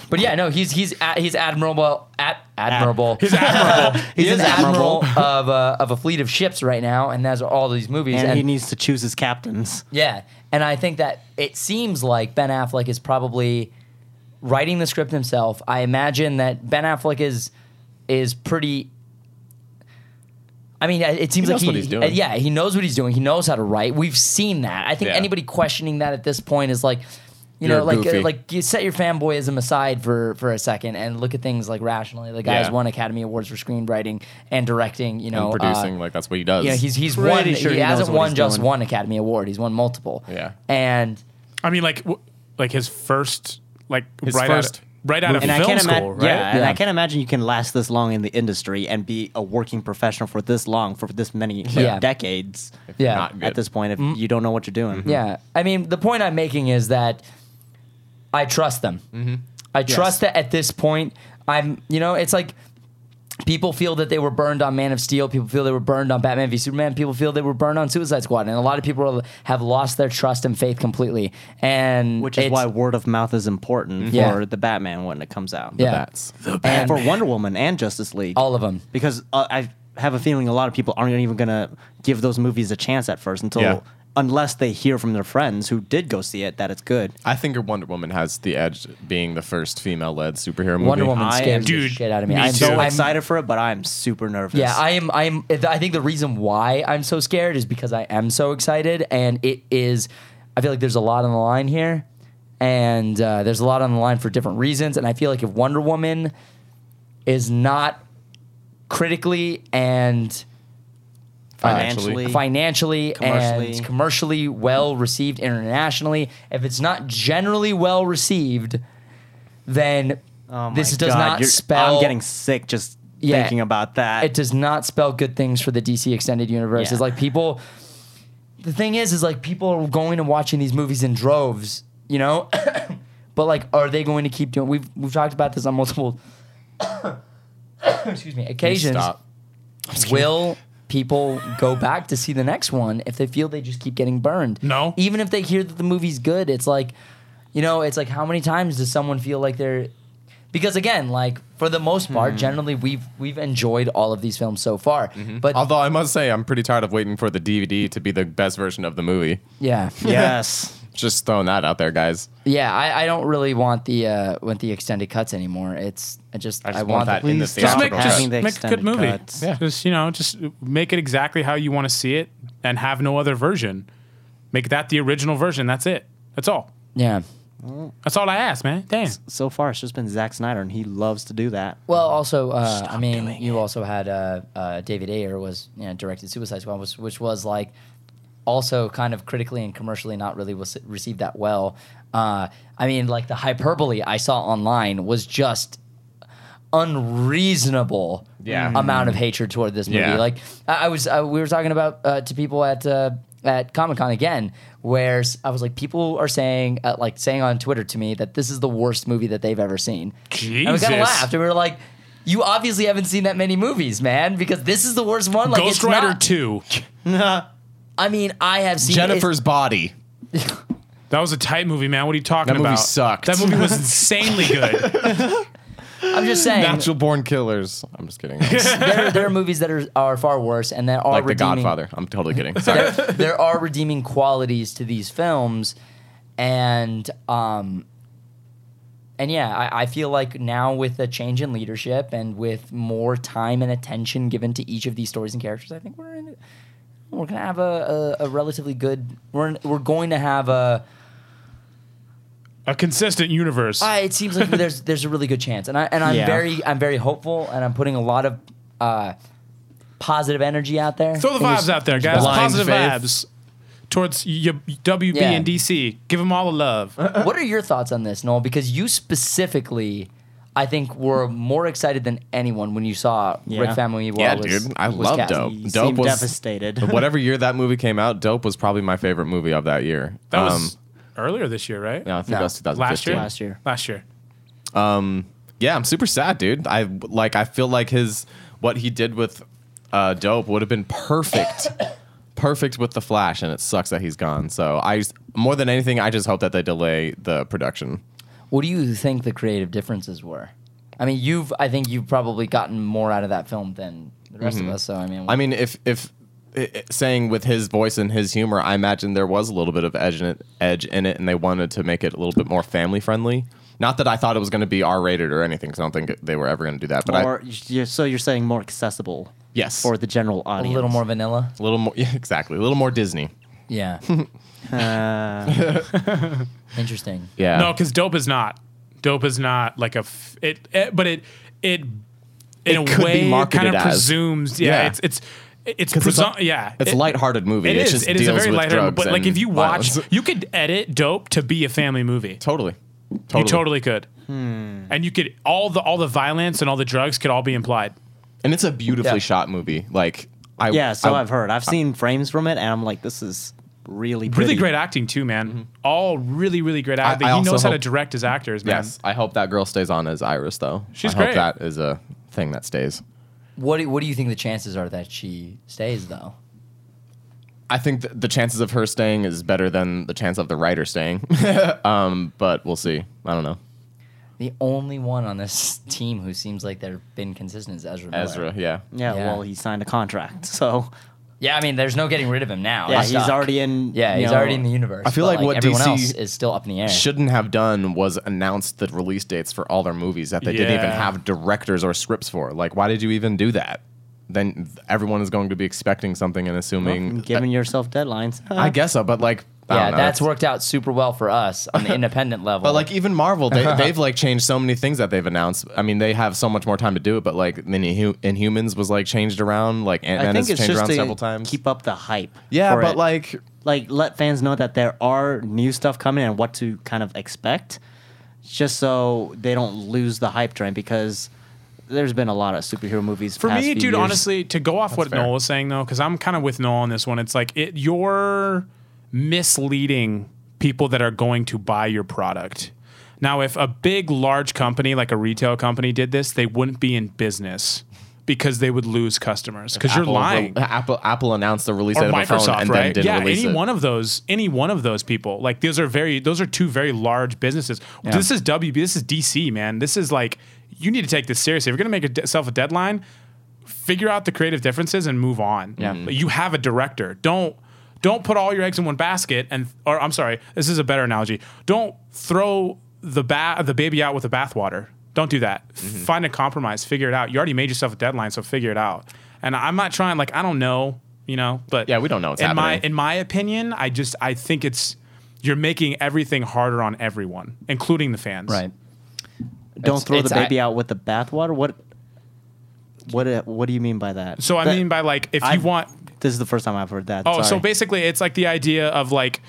S1: But yeah, no, he's he's a he's admirable at admirable.
S2: He's admirable.
S1: He's
S3: is
S1: an admiral
S3: admirable.
S1: of a, of a fleet of ships right now, and that's all these movies.
S3: And,
S1: and-
S3: he needs to choose his captains.
S1: yeah, and I think that it seems like Ben Affleck is probably writing the script himself. I imagine that Ben Affleck is is pretty. I mean, it seems
S4: He
S1: like
S4: knows
S1: he, uh,
S4: what he's doing.
S1: yeah, he knows what he's doing. He knows how to write. We've seen that. I think
S4: Yeah.
S1: anybody questioning that at this point is like, You
S4: You're
S1: know, like
S4: goofy.
S1: uh, like you set your fanboyism aside for for a second and look at things like rationally. The guy's
S4: Yeah.
S1: won Academy Awards for screenwriting and directing. You know,
S4: and
S1: uh,
S4: producing like that's what he does.
S1: you know, he's he's
S3: Pretty
S1: won.
S3: sure
S1: he,
S3: he knows
S1: hasn't
S3: what
S1: won
S3: he's
S1: just
S3: doing.
S1: one Academy Award. He's won multiple.
S4: Yeah.
S1: and
S2: I mean, like, w- like his first, like
S4: His
S2: right
S4: first
S2: out, right out of
S3: and I
S2: film
S3: can't
S2: school,
S3: imagine.
S2: right?
S3: Yeah, and
S4: Yeah.
S3: I can't imagine you can last this long in the industry and be a working professional for this long for this many like,
S1: Yeah.
S3: decades.
S1: yeah,
S4: not good.
S3: At this point, if you don't know what you're doing,
S1: Yeah. I mean, the point I'm making is that I trust them.
S3: Mm-hmm.
S1: I trust that at this point, I'm, you know, it's like people feel that they were burned on Man of Steel. People feel they were burned on Batman v Superman. People feel they were burned on Suicide Squad. And a lot of people have lost their trust and faith completely. And
S3: which is
S1: it's-
S3: why word of mouth is important
S1: Yeah.
S3: for the Batman when it comes out.
S1: Yeah.
S4: That's
S3: and for Wonder Woman and Justice League,
S1: all of them.
S3: because uh, I have a feeling a lot of people aren't even gonna give those movies a chance at first until
S4: Yeah.
S3: unless they hear from their friends who did go see it that it's good.
S4: I think Wonder Woman has the edge being the first female-led superhero movie.
S1: Wonder Woman
S3: I am-
S1: scares the
S2: Dude,
S1: shit out of me.
S2: me
S1: I'm
S2: too.
S1: so
S3: So
S1: I'm-
S3: excited for it, but I'm super nervous.
S1: Yeah, I am. I am. I think the reason why I'm so scared is because I am so excited, and it is. I feel like there's a lot on the line here, and uh, there's a lot on the line for different reasons. And I feel like if Wonder Woman is not critically and
S3: financially,
S1: financially
S3: Commercially.
S1: and commercially well received internationally, if it's not generally well received, then
S3: Oh my
S1: this does
S3: God,
S1: not
S3: you're-
S1: spell.
S3: I'm getting sick just
S1: Yeah.
S3: thinking about that.
S1: it does not spell good things for the DC extended universe.
S3: Yeah.
S1: It's like people. The thing is, is like people are going and watching these movies in droves, you know. but like, are they going to keep doing? We've we've talked about this on multiple. excuse me, occasions.
S4: Stop.
S1: Will people go back to see the next one if they feel they just keep getting burned?
S2: No.
S1: Even if they hear that the movie's good, it's like, you know, it's like how many times does someone feel like they're because again, like for the most part, generally we've we've enjoyed all of these films so far. But
S4: Although I must say, I'm pretty tired of waiting for the DVD to be the best version of the movie.
S1: yeah.
S3: yes.
S4: Just throwing that out there, guys.
S1: Yeah, I, I don't really want the uh want the extended cuts anymore. It's I just I,
S4: just
S1: want,
S4: want
S1: the-
S4: that in the
S3: Please stop
S2: Just make,
S4: theatrical
S2: just
S3: having
S4: cut.
S3: the
S2: make a good
S3: extended
S2: movie.
S3: cuts.
S4: Yeah.
S2: Just you know, just make it exactly how you want to see it, and have no other version. Make that the original version. That's it. That's all.
S1: Yeah.
S2: That's all I ask, man. Damn.
S3: So far, it's just been Zack Snyder, and he loves to do that.
S1: Well, also, uh, I mean, you also had uh, uh, David Ayer was you know, directed Suicide Squad, which, which was like also kind of critically and commercially not really was received that well. Uh, I mean, like the hyperbole I saw online was just unreasonable
S4: Yeah.
S1: amount of hatred toward this movie.
S4: Yeah.
S1: Like I, I was, I, we were talking about uh, to people at uh, at Comic Con again, where s- I was like, people are saying, uh, like saying on Twitter to me that this is the worst movie that they've ever seen. And we kind of
S2: Jesus.
S1: laughed, and we were like, "You obviously haven't seen that many movies, man, because this is the worst one." Like,
S2: Ghost
S1: it's
S2: Rider
S1: not-
S2: Two.
S1: I mean, I have seen
S4: Jennifer's body.
S2: That was a tight movie, man. What are you talking
S4: That movie
S2: about?
S4: sucked.
S2: That movie was insanely good.
S1: it's- I'm just saying
S4: Natural born killers. I'm just kidding.
S1: there, there are movies that are, are far worse, and that are
S4: like The
S1: redeeming-
S4: Godfather. I'm totally kidding. Sorry.
S1: there are redeeming qualities to these films, and um, and yeah, I, I feel like now with a change in leadership and with more time and attention given to each of these stories and characters, I think we're in, we're gonna have a, a, a relatively good we're in, we're going to have a
S2: a consistent universe.
S1: I, it seems like there's there's a really good chance, and I and I'm
S3: Yeah.
S1: very I'm very hopeful, and I'm putting a lot of uh, positive energy out there.
S2: Throw the
S1: Fingers-
S2: vibes out there, guys.
S4: blind
S2: Positive
S4: faith.
S2: vibes towards y- y- WB
S1: Yeah.
S2: and DC. Give them all the love.
S1: what are your thoughts on this, Noel? Because you specifically, I think, were more excited than anyone when you saw
S3: Yeah.
S1: Rick Famuyiwa.
S4: yeah,
S1: was,
S4: dude. I
S1: was
S4: love
S1: cast.
S4: Dope.
S3: He
S4: Dope
S3: seemed
S4: was
S3: devastated.
S4: Whatever year that movie came out, Dope was probably my favorite movie of that year.
S2: That was earlier this year, right?
S4: no, I think
S1: No.
S4: Um, that was 2015.
S2: Last year.
S3: Last year.
S2: Last year.
S4: Yeah, I'm super sad, dude. I like I feel like his what he did with uh, Dope would have been perfect. perfect with the Flash and it sucks that he's gone. So I s- more than anything I just hope that they delay the production.
S1: What do you think the creative differences were? I mean, you've I think you've probably gotten more out of that film than the rest of us. So I mean,
S4: Mm-hmm. I mean if if i i- saying with his voice and his humor, I imagine there was a little bit of edge in it, edge in it and they wanted to make it a little bit more family friendly. Not that I thought it was going to be R-rated or anything cuz I don't think they were ever going to do that, but I
S3: or you're, so you're saying more accessible
S4: yes.
S3: for the general
S1: a
S3: audience.
S1: little more vanilla.
S4: a little more yeah, exactly, a little more Disney.
S1: Yeah.
S3: Uh,
S1: Interesting.
S4: Yeah.
S2: No, because dope is not. Dope is not like a f- it, it- but it it in
S4: It
S2: a
S4: could be
S2: way
S4: marketed
S2: kind of
S4: as.
S2: presumes. Yeah,
S4: Yeah.
S2: it's it's it's
S4: 'Cause it's
S2: presum-
S4: a-
S2: yeah.
S4: it's a
S2: It-
S4: lighthearted movie.
S2: It
S4: It
S2: is.
S4: just
S2: It is a
S4: deals
S2: very
S4: with
S2: lighthearted,
S4: drugs
S2: but like
S4: and
S2: if you watch,
S4: violence.
S2: you could edit dope to be a family movie.
S4: totally, totally,
S2: You totally could. And you could all the all the violence and all the drugs could all be implied.
S4: and it's a beautifully
S1: Yeah.
S4: shot movie. Like I
S3: Yeah, so
S4: I-
S3: I've heard. I've seen frames from it, and I'm like, this is really pretty.
S2: Really great acting too, man. All really really great acting.
S4: I
S2: he
S4: also
S2: knows how to
S4: hope-
S2: direct his actors, man.
S4: Yes, I hope that girl stays on as Iris though.
S2: She's
S4: I hope
S2: great.
S4: That is a thing that stays.
S1: What do, what do you think the chances are that she stays though?
S4: I think th- the chances of her staying is better than the chance of the writer staying. um, but we'll see. I don't know.
S1: The only one on this team who seems like they've been consistent is Ezra. Miller.
S4: Ezra, yeah.
S3: Yeah,
S1: Yeah.
S3: well, he signed a contract, so
S1: Yeah, I mean, there's no getting rid of him now.
S3: yeah,
S1: He's
S3: he's
S1: stuck.
S3: already in.
S1: Yeah,
S3: you
S1: he's
S3: know,
S1: already in the universe.
S4: I feel
S1: but,
S4: like what
S1: everyone
S4: DC
S1: else is still up in the air.
S4: Shouldn't have done was announce the release dates for all their movies that they didn't even
S2: Yeah.
S4: have directors or scripts for. Like, why did you even do that? Then everyone is going to be expecting something and assuming.
S3: giving yourself deadlines.
S4: I guess so, but like, I
S1: yeah,
S4: don't know.
S1: that's worked out super well for us on the independent level.
S4: But like even Marvel, they, they've like changed so many things that they've announced. I mean, they have so much more time to do it. But like, then Inhu- Inhumans was like changed around. Like Ant
S3: I
S4: Man has
S3: think it's
S4: changed
S3: just
S4: around
S3: to
S4: several times.
S3: keep up the hype.
S4: yeah,
S3: for
S4: but
S3: it.
S4: like
S3: like let fans know that there are new stuff coming and what to kind of expect, just so they don't lose the hype train because there's been a lot of superhero movies.
S2: For
S3: past
S2: me,
S3: few
S2: dude,
S3: years.
S2: honestly, to go off what
S4: fair.
S2: Noel was saying though, because I'm kind of with Noel on this one. It's like it, you're misleading people that are going to buy your product. Now, if a big, large company like a retail company did this, they wouldn't be in business because they would lose customers. Because you're
S4: Apple-
S2: lying.
S4: Apple Apple announced the release
S2: Or
S4: date of a phone
S2: Microsoft,
S4: and then
S2: right?
S4: didn't
S2: Yeah,
S4: release
S2: any
S4: it.
S2: one of those, any one of those people. Like those are very, those are two very large businesses. This is WB. This is DC, man. This is like you need to take this seriously. If you're gonna make a- yourself a deadline, figure out the creative differences and move on. Yeah, you have a director. Don't don't put all your eggs in one basket. And or I'm sorry, this is a better analogy. Don't throw the ba- the baby out with the bathwater. Don't do that.
S4: Mm-hmm.
S2: Find a compromise. Figure it out. You already made yourself a deadline, so figure it out. And I'm not trying like I don't know, you know, but
S4: Yeah, we don't know what's
S2: in my
S4: happening.
S2: in my opinion, I just I think it's you're making everything harder on everyone, including the fans.
S1: right.
S3: don't
S1: It's-
S3: throw
S1: it's-
S3: the baby
S1: I-
S3: out with the bathwater. What? What? What do you mean by that?
S2: So I
S3: That-
S2: mean by like if you
S3: I've-
S2: want
S3: This is the first time I've heard that.
S2: Oh, so
S3: sorry.
S2: basically it's like the idea of like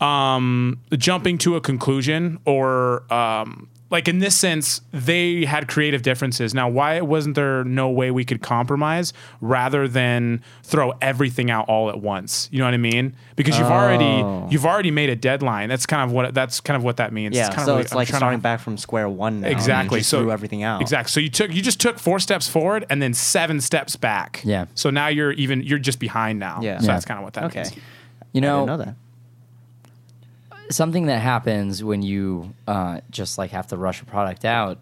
S2: um jumping to a conclusion or um like in this sense they had creative differences. Now why wasn't there no way we could compromise rather than throw everything out all at once? You know what I mean? Because you've
S3: Oh.
S2: already you've already made a deadline. That's kind of what that's kind of what that means.
S3: yeah.
S2: kind
S3: so
S2: of
S3: it's like
S2: trying to-
S3: starting back from square one. Now
S2: Exactly.
S3: And just
S2: so
S3: threw everything out.
S2: Exactly. So you took you just took four steps forward and then seven steps back.
S1: Yeah.
S2: So now you're even you're just behind now.
S3: Yeah.
S2: So
S3: Yeah.
S2: that's kind of what that
S3: Okay.
S2: means.
S1: You
S3: I
S1: know,
S3: didn't know that.
S1: something that happens when you uh, just like have to rush a product out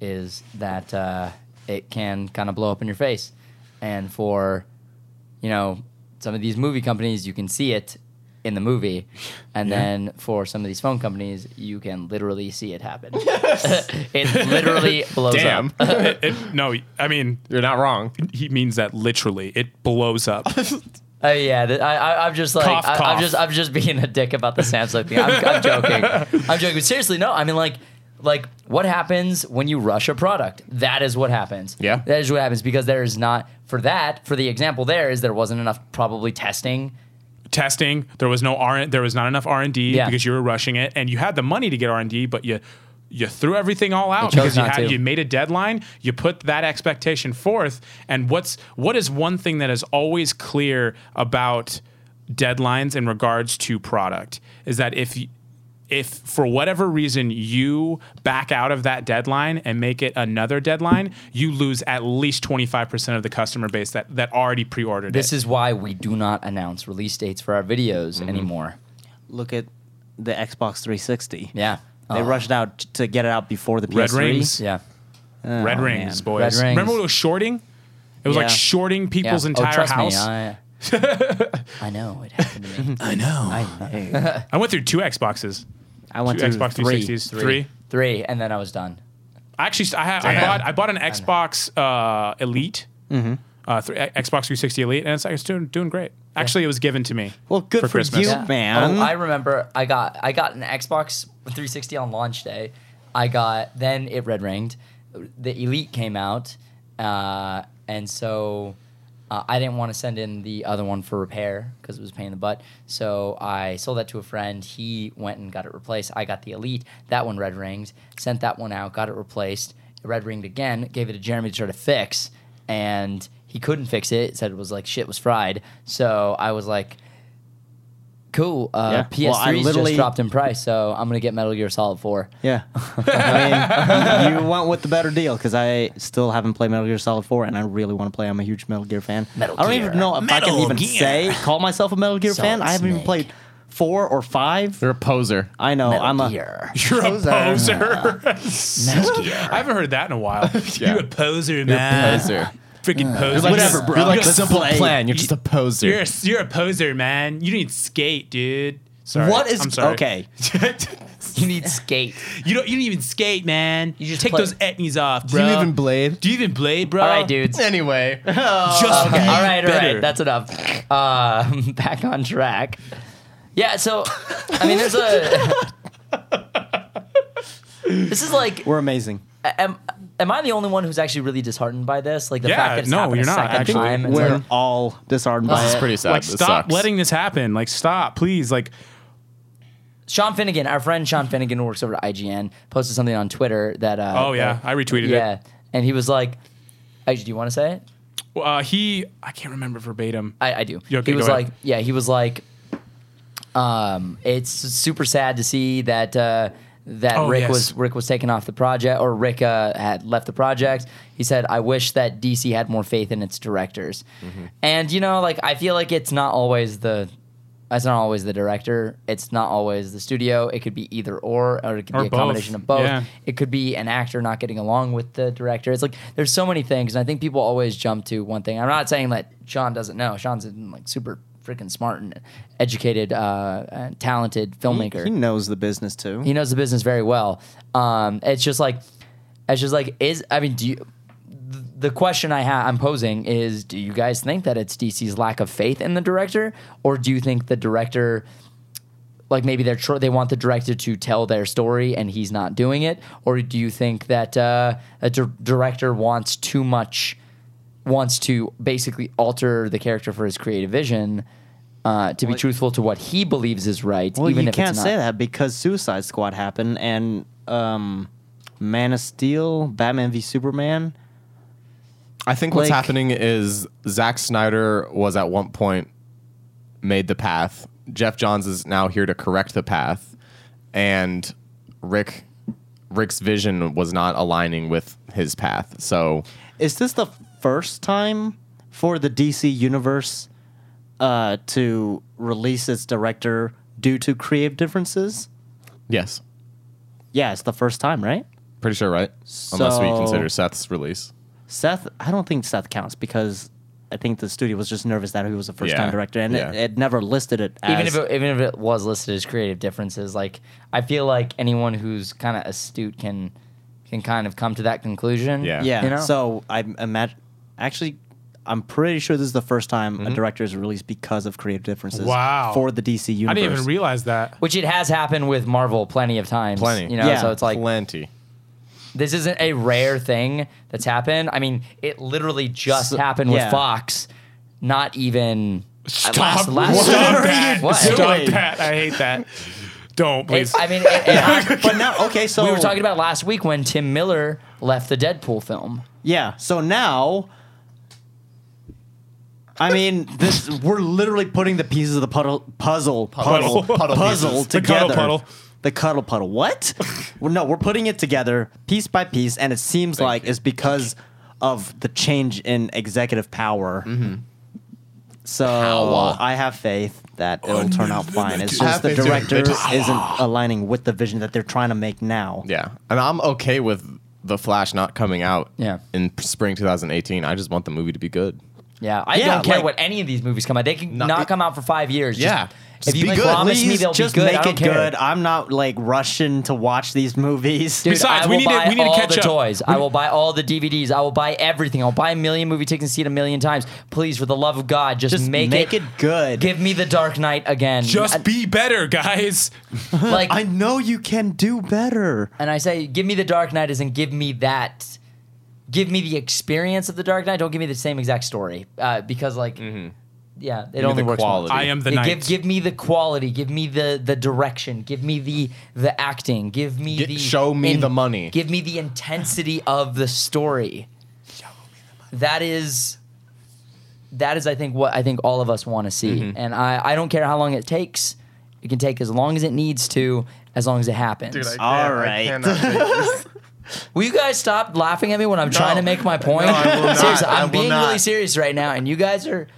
S1: is that uh, it can kind of blow up in your face. And for, you know, some of these movie companies, you can see it in the movie. And then for some of these phone companies, you can literally see it happen. it literally blows
S4: Damn,
S1: up.
S2: It- it- no, I mean
S4: you're not wrong.
S2: he means that literally. It blows up.
S1: Oh yeah, th- I, I, I'm just like
S2: Cough,
S1: I,
S2: cough.
S1: am just I'm just being a dick about the Samsung thing. I'm, I'm joking. I'm joking. But seriously, no. I mean, like, like what happens when you rush a product? That is what happens.
S4: Yeah.
S1: that is what happens because there is not for that. For the example, there is there wasn't enough probably testing.
S2: Testing. There was no R. There was not enough R and D
S1: Yeah.
S2: because you were rushing it, and you had the money to get R and D, but you you threw everything all
S1: chose
S2: out because you
S1: not
S2: had
S1: to.
S2: you made a deadline. You put that expectation forth, and what's what is one thing that is always clear about deadlines in regards to product is that if y- if for whatever reason you back out of that deadline and make it another deadline, you lose at least 25% of the customer base that, that already pre-ordered it.
S1: This is why we do not announce release dates for our videos
S2: Mm-hmm.
S1: anymore.
S3: Look at the Xbox 360.
S1: Yeah,
S3: They
S1: Uh,
S3: rushed out t- to get it out before the PS3.
S2: Red rings.
S1: Yeah,
S2: Red
S3: Oh,
S2: rings,
S3: man.
S2: boys.
S1: Red rings.
S2: Remember when it was shorting? It was
S3: Yeah.
S2: like shorting
S1: yeah.
S2: people's entire
S1: oh, trust
S2: house.
S1: Me, I, I know it happened to me.
S2: I know.
S3: Hey,
S2: I went through two Xboxes.
S3: I went
S2: two
S3: to
S2: Xbox
S3: three.
S2: 360s. Three.
S1: three, and then I was done.
S3: Mm-hmm.
S2: I Actually, I, had, I bought I bought an Xbox uh, Elite. uh, three, Xbox 360 Elite, and it's, it's doing doing great. Actually, it was given to me.
S3: Well, good for
S2: Christmas.
S3: you.
S1: Yeah.
S3: man.
S1: Oh, I remember I got I got an Xbox 360 on launch day. I got then it red ringed. The Elite came out, uh, and so uh, I didn't want to send in the other one for repair because it was a pain in the butt. So I sold that to a friend. He went and got it replaced. I got the Elite. That one red ringed. Sent that one out. Got it replaced. It red ringed again. Gave it to Jeremy to try to fix, and he couldn't fix it. Said it was like shit was fried. So I was like. Cool. Uh,
S3: Yeah. Well,
S1: PS3
S3: I
S1: just
S3: literally-
S1: dropped in price, so I'm gonna get Metal Gear Solid 4.
S3: Yeah. I mean, you went with the better deal because I still haven't played Metal Gear Solid 4, and I really want to play. I'm a huge Metal Gear fan.
S1: Metal
S3: I don't
S1: Gear.
S3: even know if I can
S2: Metal
S3: even
S2: Gear.
S3: say, call myself a Metal Gear
S1: Solid
S3: fan. I haven't even
S1: Snake.
S3: played four or five.
S4: You're a poser.
S3: I know.
S1: Metal
S3: Oh, I'm a.
S1: Gear.
S2: You're a
S3: Poser.
S2: poser.
S1: Metal Gear.
S2: I haven't heard that in a while.
S4: Yeah.
S2: You're a poser, man.
S4: Poser.
S2: Freaking poser.
S4: You're like,
S3: Whatever, bro.
S4: You're like
S3: Let's
S4: a simple
S3: play.
S4: plan. You're just a poser.
S2: You're a, you're a poser, man. You need skate, dude. Sorry.
S3: What is
S2: I'm sorry.
S3: okay?
S1: You need skate.
S2: You don't. You don't even skate, man. You
S1: just
S2: just take
S1: play-
S2: those etnies off,
S4: Do
S2: bro.
S4: you even blade?
S2: Do you even blade, bro?
S1: All right, dudes. All
S4: Anyway,
S2: Just be
S1: right, all
S2: better.
S1: right. That's enough. Um, back on track. Yeah. So, I mean, there's a. this is like,
S3: We're amazing.
S1: am, am I the only one who's actually really disheartened by this? Like the
S2: Yeah,
S1: fact that it's
S2: no,
S1: happened
S2: you're
S1: a
S2: not,
S1: second
S2: actually.
S1: time. it's
S3: We're
S1: like-
S3: all disheartened by
S4: this is
S3: it.
S4: pretty sad.
S2: like,
S4: This
S2: stop
S4: sucks.
S2: letting this happen. Like, stop, please. Like,
S1: Sean Finnegan, our friend Sean Finnegan, who works over at IGN, posted something on Twitter that. Uh,
S2: oh yeah,
S1: that-
S2: I retweeted
S1: yeah, and he was like, "Actually, do you want to say it?"
S2: it. Uh, he, I can't remember verbatim.
S1: I, I do.
S2: You okay?
S1: he was
S2: Go
S1: like,
S2: ahead.
S1: yeah, he was like, um, it's super sad to see that uh, that
S2: Oh,
S1: Rick
S2: yes.
S1: was Rick was taken off the project or Rick uh, had left the project. He said, I wish that DC had more faith in its directors,
S2: Mm-hmm.
S1: and you know, like I feel like it's not always the it's not always the director. It's not always the studio. It could be either or, or it could
S2: Or
S1: be a
S2: both.
S1: combination of both.
S2: Yeah.
S1: It could be an actor not getting along with the director. It's like there's so many things, and I think people always jump to one thing. I'm not saying that Sean doesn't know. Sean's like super freaking smart and educated, uh, and talented filmmaker.
S3: He knows the business too.
S1: He knows the business very well. Um, it's just like, it's just like, is I mean, do you? th- The question I ha- I'm posing is: Do you guys think that it's DC's lack of faith in the director, or do you think the director, like maybe they're tr- they want the director to tell their story and he's not doing it, or do you think that uh, a dir- director wants too much, wants to basically alter the character for his creative vision? Uh, to be truthful to what he believes is right,
S3: Well,
S1: even
S3: you
S1: if
S3: can't
S1: it's not.
S3: say that because Suicide Squad happened and um, Man of Steel, Batman v Superman.
S4: I think what's
S3: Like-
S4: happening is Zack Snyder was at one point made the path. Jeff Johns is now here to correct the path, and Rick Rick's vision was not aligning with his path. So
S3: Is this the first time for the DC universe uh, to release its director due to creative differences?
S4: yes,
S3: Yeah, it's the first time, right?
S4: pretty sure right. Unless we
S3: So-
S4: consider Seth's release.
S3: Seth, I don't think Seth counts because I think the studio was just nervous that he was a first time
S4: Yeah,
S3: director and
S4: yeah.
S3: it, it never listed it as.
S1: even if it, even if it was listed as creative differences, like I feel like anyone who's kind of astute can can kind of come to that conclusion.
S4: Yeah.
S3: yeah,
S1: you know?
S3: so I imagine. Actually, I'm pretty sure this is the first time a director is released because of creative differences
S2: Wow.
S3: for the DC universe.
S2: I didn't even realize that.
S1: Which it has happened with Marvel plenty of times.
S4: Plenty.
S1: You know,
S3: Yeah,
S1: so it's like
S4: Plenty.
S1: this isn't a rare thing that's happened. I mean, it literally just
S3: So-
S1: happened with
S3: yeah.
S1: Fox. Not even
S2: Stop.
S1: last last
S2: Stop that.
S1: What?
S2: Stop
S3: Wait.
S2: that. I hate that. Don't please.
S1: It's- I mean, it- it happened-
S3: but now, okay, so
S1: we were talking about last week when Tim Miller left the Deadpool film.
S3: Yeah. So now, I mean, this we're literally putting the pieces of the puddle, puzzle, puddle,
S2: Puddle. Puddle
S3: puzzle
S2: pieces. The
S3: together.
S2: cuddle puddle.
S3: The cuddle puddle. What? well, no, we're putting it together piece by piece, and it seems like it's because of the change in executive power. So I have faith that it'll turn out fine. It's
S4: Have
S3: just the
S4: faith to it.
S3: director
S4: They just-
S3: isn't aligning with the vision that they're trying to make now.
S4: Yeah, and I'm okay with the Flash not coming out.
S1: Yeah.
S4: in spring 2018. I just want the movie to be good.
S1: Yeah, I
S3: Yeah,
S1: don't care
S3: like-
S1: what any of these movies come out. They can
S4: No,
S1: not,
S4: it-
S1: come out for five years. Just-
S4: Yeah. Just
S1: if you
S4: be
S1: can
S4: good.
S1: promise me
S3: Please
S1: they'll
S3: just
S1: be good,
S3: make
S1: I don't
S3: it
S1: care.
S3: good. I'm not like rushing to watch these movies.
S1: Dude,
S2: Besides,
S1: I
S2: we
S1: will
S2: need to-
S1: buy
S2: we need to
S1: all
S2: catch
S1: the
S2: up.
S1: toys. I will buy all the DVDs. I will buy everything. I'll buy a million movie tickets and see it a million times. Please, for the love of God, just,
S3: Just
S1: make,
S3: make
S1: it,
S3: it good.
S1: Give me the Dark Knight again.
S2: Just
S1: I-
S2: be better, guys.
S1: like,
S3: I know you can do better.
S1: and I say, give me the Dark Knight, as in give me that, give me the experience of the Dark Knight. Don't give me the same exact story, uh, because like,
S2: Mm-hmm.
S1: yeah, it only
S4: the
S1: works. once.
S4: quality.
S2: I am the
S1: Yeah,
S2: knight.
S1: give give me the quality, give me the the direction, give me the the acting, give me
S4: Get-
S1: the
S4: show me the money.
S1: give me the intensity of the story. That is that is I think what I think all of us want to see,
S5: Mm-hmm.
S1: and I I don't care how long it takes. It can take as long as it needs to, as long as it happens.
S3: All right.
S1: Will you guys stop laughing at me when I'm trying to make my point?
S5: No, I will not.
S1: Seriously, I'm
S5: I will
S1: being really
S5: not.
S1: serious right now, and you guys are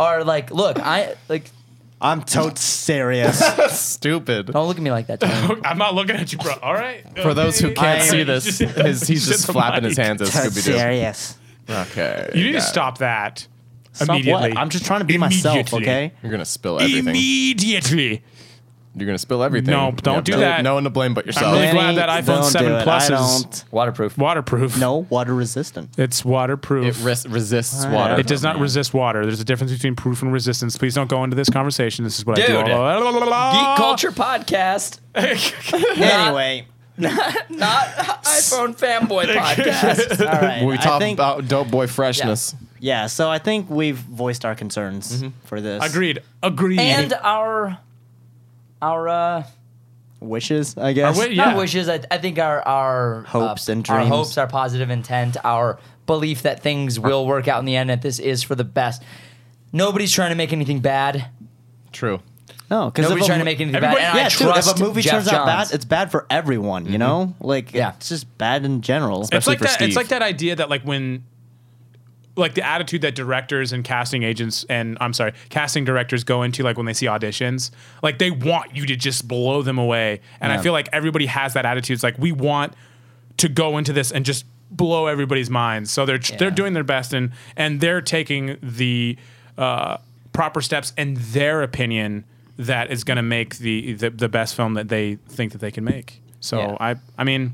S1: are like, look, I like,
S3: I'm totes serious.
S4: Stupid.
S1: don't look at me like that. Tony.
S2: I'm not looking at you, bro. All right.
S4: For those who can't
S3: I-
S4: see this, his, he's just
S2: the
S4: flapping
S2: mic.
S4: his hands at
S3: totes
S4: Scooby
S3: serious.
S4: Doo. Okay.
S2: You need to
S4: got it.
S2: stop that
S3: Stop
S2: immediately.
S3: what? I'm just trying to be myself,
S2: Immediately.
S3: okay?
S4: You're gonna spill everything.
S2: Immediately.
S4: You're gonna spill everything.
S2: E No, don't do
S4: no,
S2: that.
S4: No one to blame but yourself.
S2: really- glad that iPhone
S3: don't do
S2: 7
S3: it.
S2: Plus
S3: I
S2: is-
S3: don't.
S1: Waterproof.
S2: Waterproof.
S3: No, water resistant.
S2: It's waterproof.
S4: it res- resists water.
S2: It does not resist water. There's a difference between proof and resistance. Please don't go into this conversation. This is what I
S1: Dude.
S2: do. All
S1: Geek Culture Podcast.
S3: Anyway,
S1: Not iPhone fanboy podcast.
S3: all right.
S4: We
S3: I
S4: talk
S3: think-
S4: about dope boy freshness.
S3: Yeah, so I think we've voiced our concerns
S1: Mm-hmm.
S3: for this.
S2: Agreed. Agreed.
S1: and our our uh
S3: Wishes, I guess.
S2: Our wi-
S1: not
S2: Yeah.
S1: wishes, I, I think our our
S3: Hopes
S1: uh,
S3: and
S1: Our
S3: dreams.
S1: hopes, our positive intent, our belief that things will work out in the end, that this is for the best. Nobody's trying to make anything bad.
S4: True.
S3: no, because
S1: Nobody's trying to make anything bad.
S2: everybody-
S1: And
S3: yeah,
S1: I
S3: dude,
S1: trust
S3: if a movie
S1: Jeff
S3: turns out
S1: Johns.
S3: bad, it's bad for everyone, you know? Like,
S1: Yeah.
S3: it's just bad in general.
S2: it's like
S4: for
S2: that.
S4: Steve.
S2: It's like that idea that like when, like the attitude that directors and casting agents and I'm sorry, casting directors go into like when they see auditions, like they want you to just blow them away. And I feel like everybody has that attitude. It's like we want to go into this and just blow everybody's minds. So they're
S1: Yeah.
S2: they're doing their best and and they're taking the uh, proper steps in their opinion that is going to make the, the the best film that they think that they can make. So
S1: Yeah.
S2: I I mean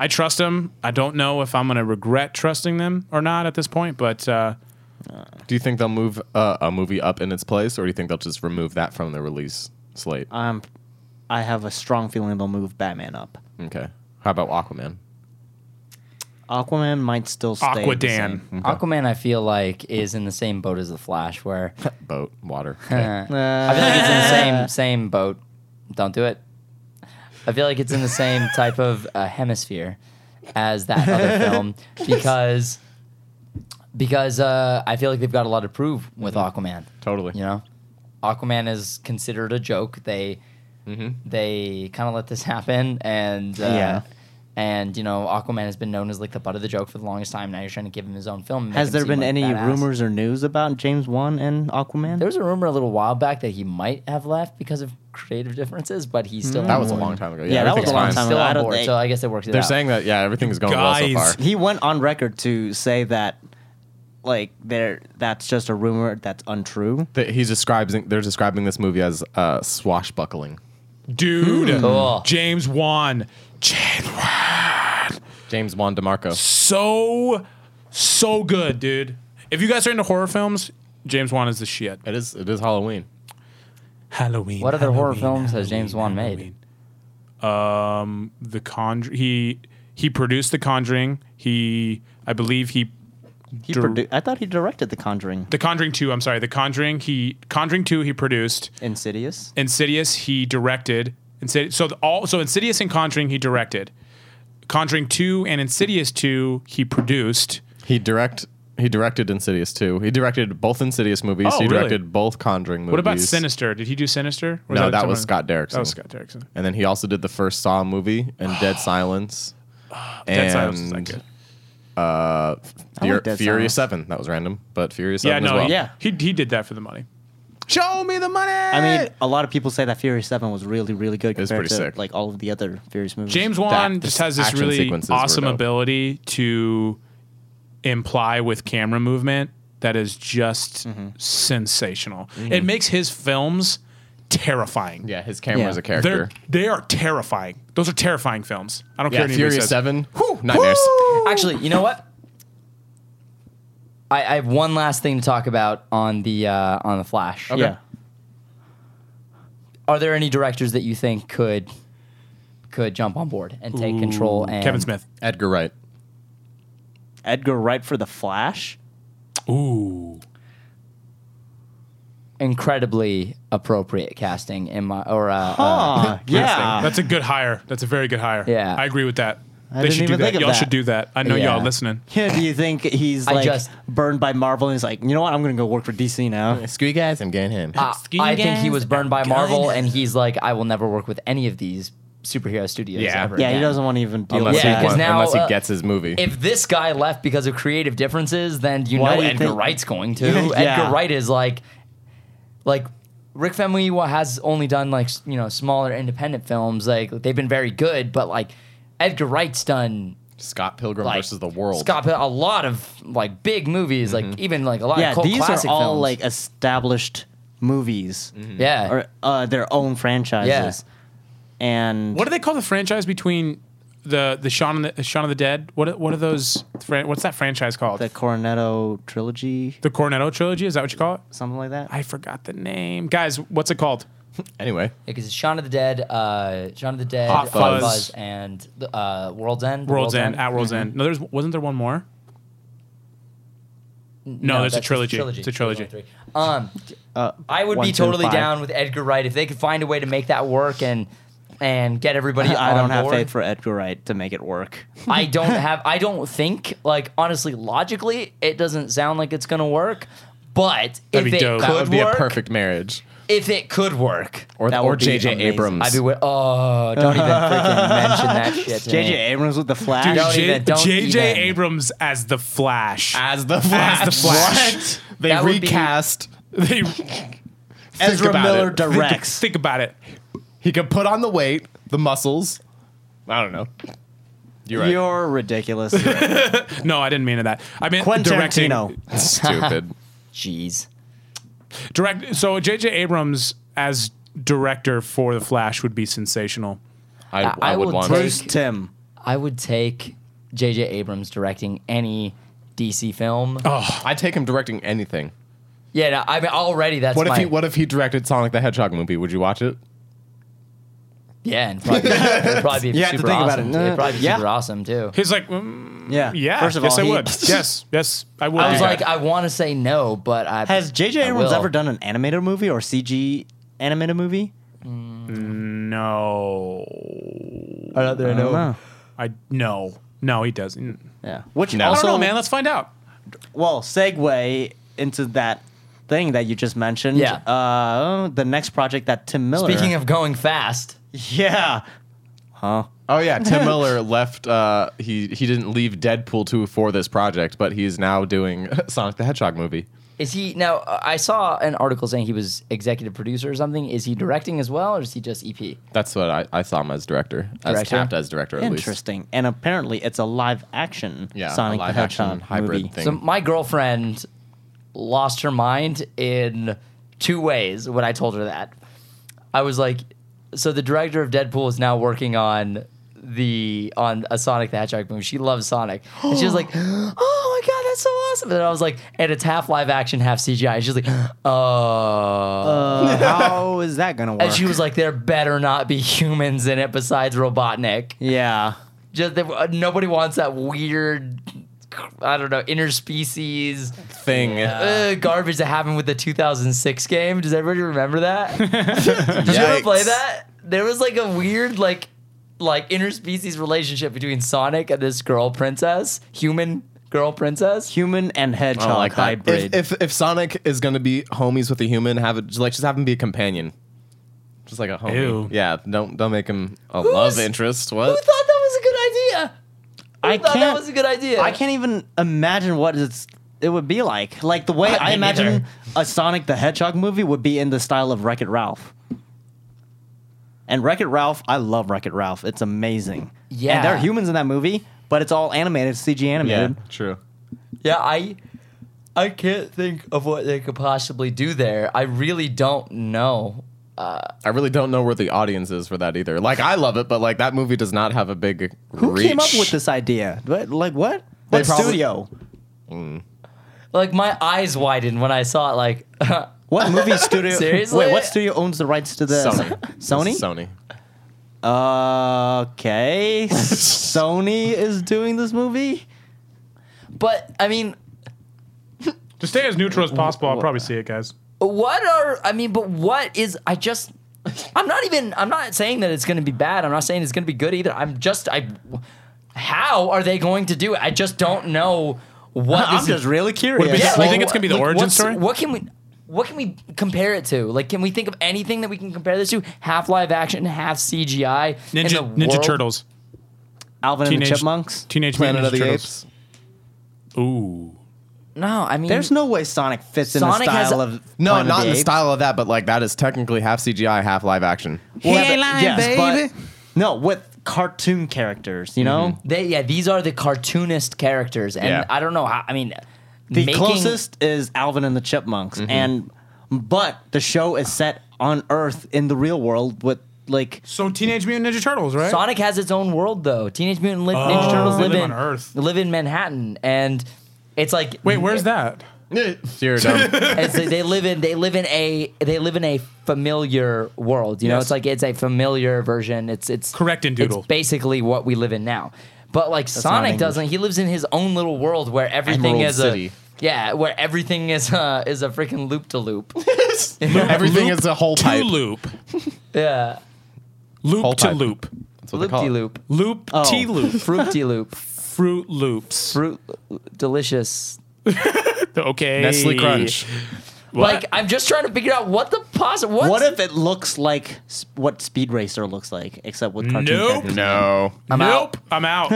S2: I trust them. I don't know if I'm going to regret trusting them or not at this point, but uh,
S4: Do you think they'll move uh, a movie up in its place, or do you think they'll just remove that from the release slate?
S3: um, I have a strong feeling they'll move Batman up.
S4: okay. How about Aquaman?
S3: Aquaman might still stay. the
S2: Aquadan.
S3: same.
S1: Aquaman, I feel like, is in the same boat as the Flash, where
S4: Boat, water.
S1: I feel like it's in the
S3: Uh,
S1: same same boat. Don't do it. I feel like it's in the same type of uh, hemisphere as that other film because because uh, I feel like they've got a lot to prove with
S3: Mm-hmm.
S1: Aquaman.
S4: Totally.
S1: You know, Aquaman is considered a joke. They they kind of let this happen, and uh,
S3: Mm-hmm. Yeah.
S1: And you know, Aquaman has been known as like the butt of the joke for the longest time. Now you're trying to give him his own film. and make
S3: Has
S1: him
S3: there
S1: seem
S3: been
S1: like
S3: any
S1: badass.
S3: rumors or news about James Wan and Aquaman?
S1: There was a rumor a little while back that he might have left because of creative differences, but he's still.
S4: That
S1: on
S4: was a
S1: board.
S4: long time ago.
S3: Yeah, that was
S4: everything's
S3: a long
S4: fine.
S3: time ago.
S1: Still
S3: I
S1: on
S3: don't
S1: board,
S3: think-
S1: so Mm. I guess it works. It
S4: They're
S1: out.
S4: saying that yeah, everything's going
S2: Guys.
S4: well so far.
S3: he went on record to say that, like, there that's just a rumor that's untrue.
S4: That he's describing. They're describing this movie as uh, swashbuckling.
S2: dude,
S1: Cool.
S2: James Wan, James Wan,
S4: James Juan DeMarco.
S2: so so good, dude. If you guys are into horror films, James Wan is the shit.
S4: It is. It is Halloween.
S2: Halloween.
S1: What other horror
S2: Halloween,
S1: films has James Wan made?
S2: Halloween. The Conjuring. He he produced The Conjuring. He I believe he
S3: He
S2: Dir-
S3: produ- I thought he directed The Conjuring.
S2: The Conjuring 2, I'm sorry, The Conjuring, he Conjuring 2 he produced.
S3: Insidious.
S2: Insidious he directed. Insidi- so the, all so Insidious and Conjuring he directed. Conjuring 2 and Insidious 2 he produced.
S4: He direct. He directed Insidious too. He directed both Insidious movies.
S2: Oh,
S4: he
S2: really?
S4: directed both Conjuring movies.
S2: What about Sinister? Did he do Sinister? Or
S4: No,
S2: is
S4: that was
S2: someone-
S4: Scott Derrickson.
S2: That was Scott Derrickson.
S4: And then he also did the first Saw movie and Dead Silence.
S2: Dead
S4: and,
S2: Silence is that good.
S4: Uh,
S3: I
S4: Fur-
S3: like Dead
S4: Furious
S3: Silence.
S4: Seven. That was random, but Furious
S2: Yeah,
S4: Seven
S2: no,
S4: as well.
S2: he-
S3: Yeah.
S2: He he did that for the money.
S4: Show me the money.
S3: I mean, a lot of people say that Furious Seven was really, really good
S4: Eh. was
S3: compared
S4: pretty
S3: to
S4: sick.
S3: like all of the other Furious movies.
S2: James Wan
S4: That-
S2: just has this
S4: action
S2: really
S4: sequences were
S2: awesome
S4: dope.
S2: ability to imply with camera movement that is just
S4: Mm-hmm.
S2: sensational. It makes his films terrifying.
S4: Yeah, his camera
S3: Yeah.
S4: is a
S2: They're
S4: character.
S2: they are terrifying. Those are terrifying films. I don't care
S4: yeah,
S2: what anybody
S4: Furious
S2: says.
S4: Seven. Whew, nightmares.
S1: Actually, you know what? I, I have one last thing to talk about on the uh, on the Flash.
S4: Okay.
S3: Yeah.
S1: Are there any directors that you think could could jump on board and take control? And
S2: Kevin Smith.
S4: Edgar Wright.
S3: Edgar Wright for The Flash.
S2: Ooh.
S1: incredibly appropriate casting in my or uh, uh,
S3: Ah, yeah.
S2: That's a good hire. That's a very good hire.
S1: Yeah.
S2: I agree with that. they
S3: I didn't
S2: should do
S3: even
S2: that.
S3: think of
S2: y'all
S3: that.
S2: should do that. I know
S1: Yeah.
S2: y'all listening.
S3: Yeah, do you think he's
S1: I
S3: like
S1: just-
S3: burned by Marvel and he's like, you know what? I'm gonna go work for DC now.
S4: Screw you guys, I'm getting him.
S1: Uh, I think he was burned by Marvel, and he's like, I will never work with any of these superhero studios
S4: Yeah.
S1: ever.
S3: Yeah, he
S1: again."
S3: doesn't want to even deal
S4: unless,
S3: with
S1: Yeah,
S4: he,
S1: because
S3: that.
S1: now,
S4: wants- unless he
S1: uh,
S4: gets his movie.
S1: If this guy left because of creative differences, then you know
S3: Why do you
S1: Edgar
S3: think-
S1: Wright's going to.
S3: Yeah.
S1: Edgar Wright is like, like Rick Famuyiwa has only done like s- you know smaller independent films. Like they've been very good, but like Edgar Wright's done
S4: Scott Pilgrim
S1: like
S4: versus the World. Mm-hmm.
S1: Scott, Pil- a lot of like big movies, like even like a lot
S3: yeah,
S1: of cult
S3: these are all
S1: classic films.
S3: like established movies
S1: yeah,
S3: or uh, their own franchises. And
S2: What do they call the franchise between the the Shaun and the Shaun of the Dead? What are- what are those? fran- What's that franchise called?
S3: the
S2: The,
S3: Coronado trilogy,
S2: Cornetto trilogy? Is that what you call it?
S3: something like that.
S2: I forgot the name, guys. What's it called?
S4: Anyway,
S1: because it's Shaun of the Dead, uh, Shaun of the Dead,
S2: Hot Fuzz.
S1: and uh, World's End. The
S2: World's, End. At World's End. No, there's wasn't there one more? No, there's a
S1: that's
S2: trilogy. It's a trilogy.
S1: There's only three. Um,
S3: Uh,
S1: I would
S3: one,
S1: be
S3: two,
S1: totally
S3: five.
S1: down with Edgar Wright if they could find a way to make that work and and get everybody.
S3: I
S1: on
S3: don't have
S1: board.
S3: faith for Edgar Wright to make it work.
S1: I don't have. I don't think. Like honestly, logically, it doesn't sound like it's gonna work. But
S2: That'd
S1: if
S2: be
S1: it
S2: dope.
S1: could
S2: That
S4: that would be
S1: work,
S4: a perfect marriage.
S1: if it could work,
S4: Or
S3: That
S4: or
S3: would be
S4: J.J.
S3: amazing.
S4: Abrams.
S1: I'd be. With, oh, don't even freaking mention that shit. to me.
S3: JJ Abrams with the Flash.
S2: Dude,
S1: Don't even- don't
S2: J.J.
S1: even.
S2: Abrams as the Flash.
S4: as the Flash.
S2: the Flash. What?
S4: They
S1: That would be-
S4: recast.
S2: they,
S3: Ezra
S4: about
S3: Miller
S4: it.
S3: directs.
S2: think about it.
S4: He could put on the weight, the muscles. I don't know. You're right.
S3: You're ridiculous.
S2: No, I didn't mean that. I mean
S3: Quentin
S2: directing.
S3: Tarantino.
S4: Stupid.
S1: Jeez.
S2: Direct. So J.J. Abrams as director for the Flash would be sensational.
S4: I, I,
S1: I
S4: would
S1: will
S4: want.
S1: take-
S3: Bruce Tim.
S1: I would take J.J. Abrams directing any DC film.
S3: Oh.
S4: I take him directing anything.
S1: Yeah, no, I mean already that's
S4: What if
S1: my,
S4: he? What if he directed Sonic the Hedgehog movie? Would you watch it?
S1: yeah, and probably, it'd probably be
S3: You have to
S1: super
S3: think about
S1: awesome.
S3: it.
S1: too. It'd probably be
S3: Yeah.
S1: super awesome too.
S2: He's like, mm,
S3: Yeah.
S2: yeah.
S3: First of
S2: yes,
S3: all,
S2: I
S3: he-
S2: would. yes, yes, I would.
S1: I was
S2: do
S1: like,
S2: that.
S1: I want to say no, but I
S3: Has J.J.
S1: I
S3: Abrams
S1: will.
S3: ever done an animated movie or CG animated movie?
S2: no,
S1: I don't know.
S2: I no, no, he doesn't.
S3: Yeah. Which
S4: No.
S2: I
S3: also,
S2: don't know, man. Let's find out.
S3: well, segue into that thing that you just mentioned.
S1: Yeah.
S3: Uh, the next project that Tim Miller.
S1: Speaking of going fast,
S3: Yeah. Huh.
S4: Oh yeah, Tim Miller left. Uh, he he didn't leave Deadpool two for this project, but he's now doing Sonic the Hedgehog movie.
S1: is he now? uh, I saw an article saying he was executive producer or something. Is he directing as well, or is he just E EP?
S4: That's what I, I saw him as director, as
S1: Director?
S4: tapped as director at least.
S3: Interesting. And apparently, it's a live action
S4: Yeah, a
S3: Sonic
S4: live
S3: the
S4: action
S3: Hedgehog
S4: hybrid
S3: movie.
S4: thing.
S1: So my girlfriend lost her mind in two ways when I told her that. I was like, so the director of Deadpool is now working on the on a Sonic the Hedgehog movie. She loves Sonic, and she was like, "Oh my god, that's so awesome!" And I was like, "And it's half live action, half CGI." And she's like, "Oh,"
S3: Uh, how is that gonna work?
S1: and she was like, "There better not be humans in it besides Robotnik."
S3: yeah.
S1: Just uh, nobody wants that weird, I don't know, interspecies
S4: Thing.
S1: uh, garbage that happened with the 2006 game. Does everybody remember that? Did you ever
S4: Yikes.
S1: play that? There was like a weird like like interspecies relationship between Sonic and this girl princess, human girl princess.
S3: Human and
S4: I
S3: hedgehog
S4: don't like that.
S3: hybrid.
S4: If, if if Sonic is gonna be homies with a human, have it just like just have him be a companion, just like a homie.
S2: Ew.
S4: Yeah, don't don't make him a love interest. What?
S1: Who thought that was a good idea? Who
S3: I
S1: thought that
S3: can't-
S1: was a good idea.
S3: I can't even imagine what it's, it would be like. Like the way I
S1: Me
S3: imagine
S1: neither.
S3: a Sonic the Hedgehog movie would be in the style of Wreck It Ralph. And Wreck It Ralph, I love Wreck It Ralph. It's amazing.
S1: Yeah.
S3: And there are humans in that movie, but it's all animated, CG
S4: yeah,
S3: animated.
S4: true.
S1: Yeah, I I can't think of what they could possibly do there. I really don't know.
S4: I really don't know where the audience is for that either. Like, I love it, but like that movie does not have a big
S3: Who
S4: reach.
S3: came up with this idea? What, like what?
S4: They
S3: What
S4: probably-
S3: studio?
S1: Like my eyes widened when I saw it. Like
S3: What movie studio?
S1: Seriously?
S3: Wait, what studio owns the rights to the
S4: Sony.
S3: Sony?
S4: This is Sony.
S3: okay. Sony is doing this movie?
S1: But I mean,
S2: To stay as neutral as possible, I'll probably see it, guys.
S1: what are I mean, but what is I just I'm not even I'm not saying that it's going to be bad. I'm not saying it's going to be good either. I'm just I how are they going to do it? I just don't know what
S3: I'm
S1: this
S3: just
S1: is-
S3: really curious.
S2: been- Yeah,
S1: well,
S2: you think it's gonna be the
S1: like,
S2: origin
S1: what's-
S2: story?
S1: What can we what can we compare it to? Like can we think of anything that we can compare this to? Half live action, half CGI. in
S2: Ninja
S1: the
S2: Ninja
S1: world?
S2: Turtles,
S3: Alvin
S2: Teenage
S3: and the Chipmunks?
S2: Teenage
S4: Planet
S2: Mutant
S4: of the
S2: Ninja Turtles.
S4: Apes.
S2: Ooh,
S1: No, I mean
S3: There's no way Sonic fits in the
S1: Sonic has-
S3: style of
S4: No,
S3: Planet of
S4: not in the
S3: Apes.
S4: style of that, but like that is technically half CGI, half live action.
S3: Well,
S1: He ain't
S3: but-
S1: lying, baby.
S3: But, no, with cartoon characters, you know?
S2: Mm-hmm.
S1: They, yeah, these are the cartoonist characters, and
S4: Yeah.
S1: I don't know how. I mean,
S3: The
S1: making-
S3: closest is Alvin and the Chipmunks,
S2: Mm-hmm.
S3: and but the show is set on Earth in the real world with like
S2: so Teenage Mutant Ninja Turtles, right? Oh.
S1: Sonic has its own world though. Teenage Mutant Lin- Ninja Turtles
S2: they
S1: live,
S2: live
S1: in
S2: on Earth.
S1: live in Manhattan, and it's like
S2: Wait, where's that?
S4: You're dumb.
S1: it's like they live in they live in a they live in a familiar world. You know,
S2: Yes.
S1: it's like it's a familiar version. It's it's
S2: Correct and doodle.
S1: It's basically what we live in now. But like
S3: not
S1: Sonic
S3: English.
S1: doesn't. He lives in his own little world where everything
S4: Emerald
S1: is
S4: City.
S1: a yeah, where everything is a, is a freaking loop to loop.
S4: Everything
S2: Loop
S4: is a whole
S2: to
S4: pipe.
S2: loop,
S1: Yeah,
S2: loop
S4: Whole
S2: to
S4: pipe.
S2: loop,
S4: That's what they
S1: loop
S4: call
S1: de
S4: it.
S1: loop,
S2: loop T loop,
S1: fruit de loop.
S2: Fruit Loops.
S1: fruit delicious
S2: okay,
S4: Nestle Crunch.
S2: What?
S1: like i'm just trying to figure out what the possible what,
S3: What if it looks like s- what Speed Racer looks like, except with cartoon
S2: Nope.
S3: characters?
S4: No.
S2: nope, I'm out.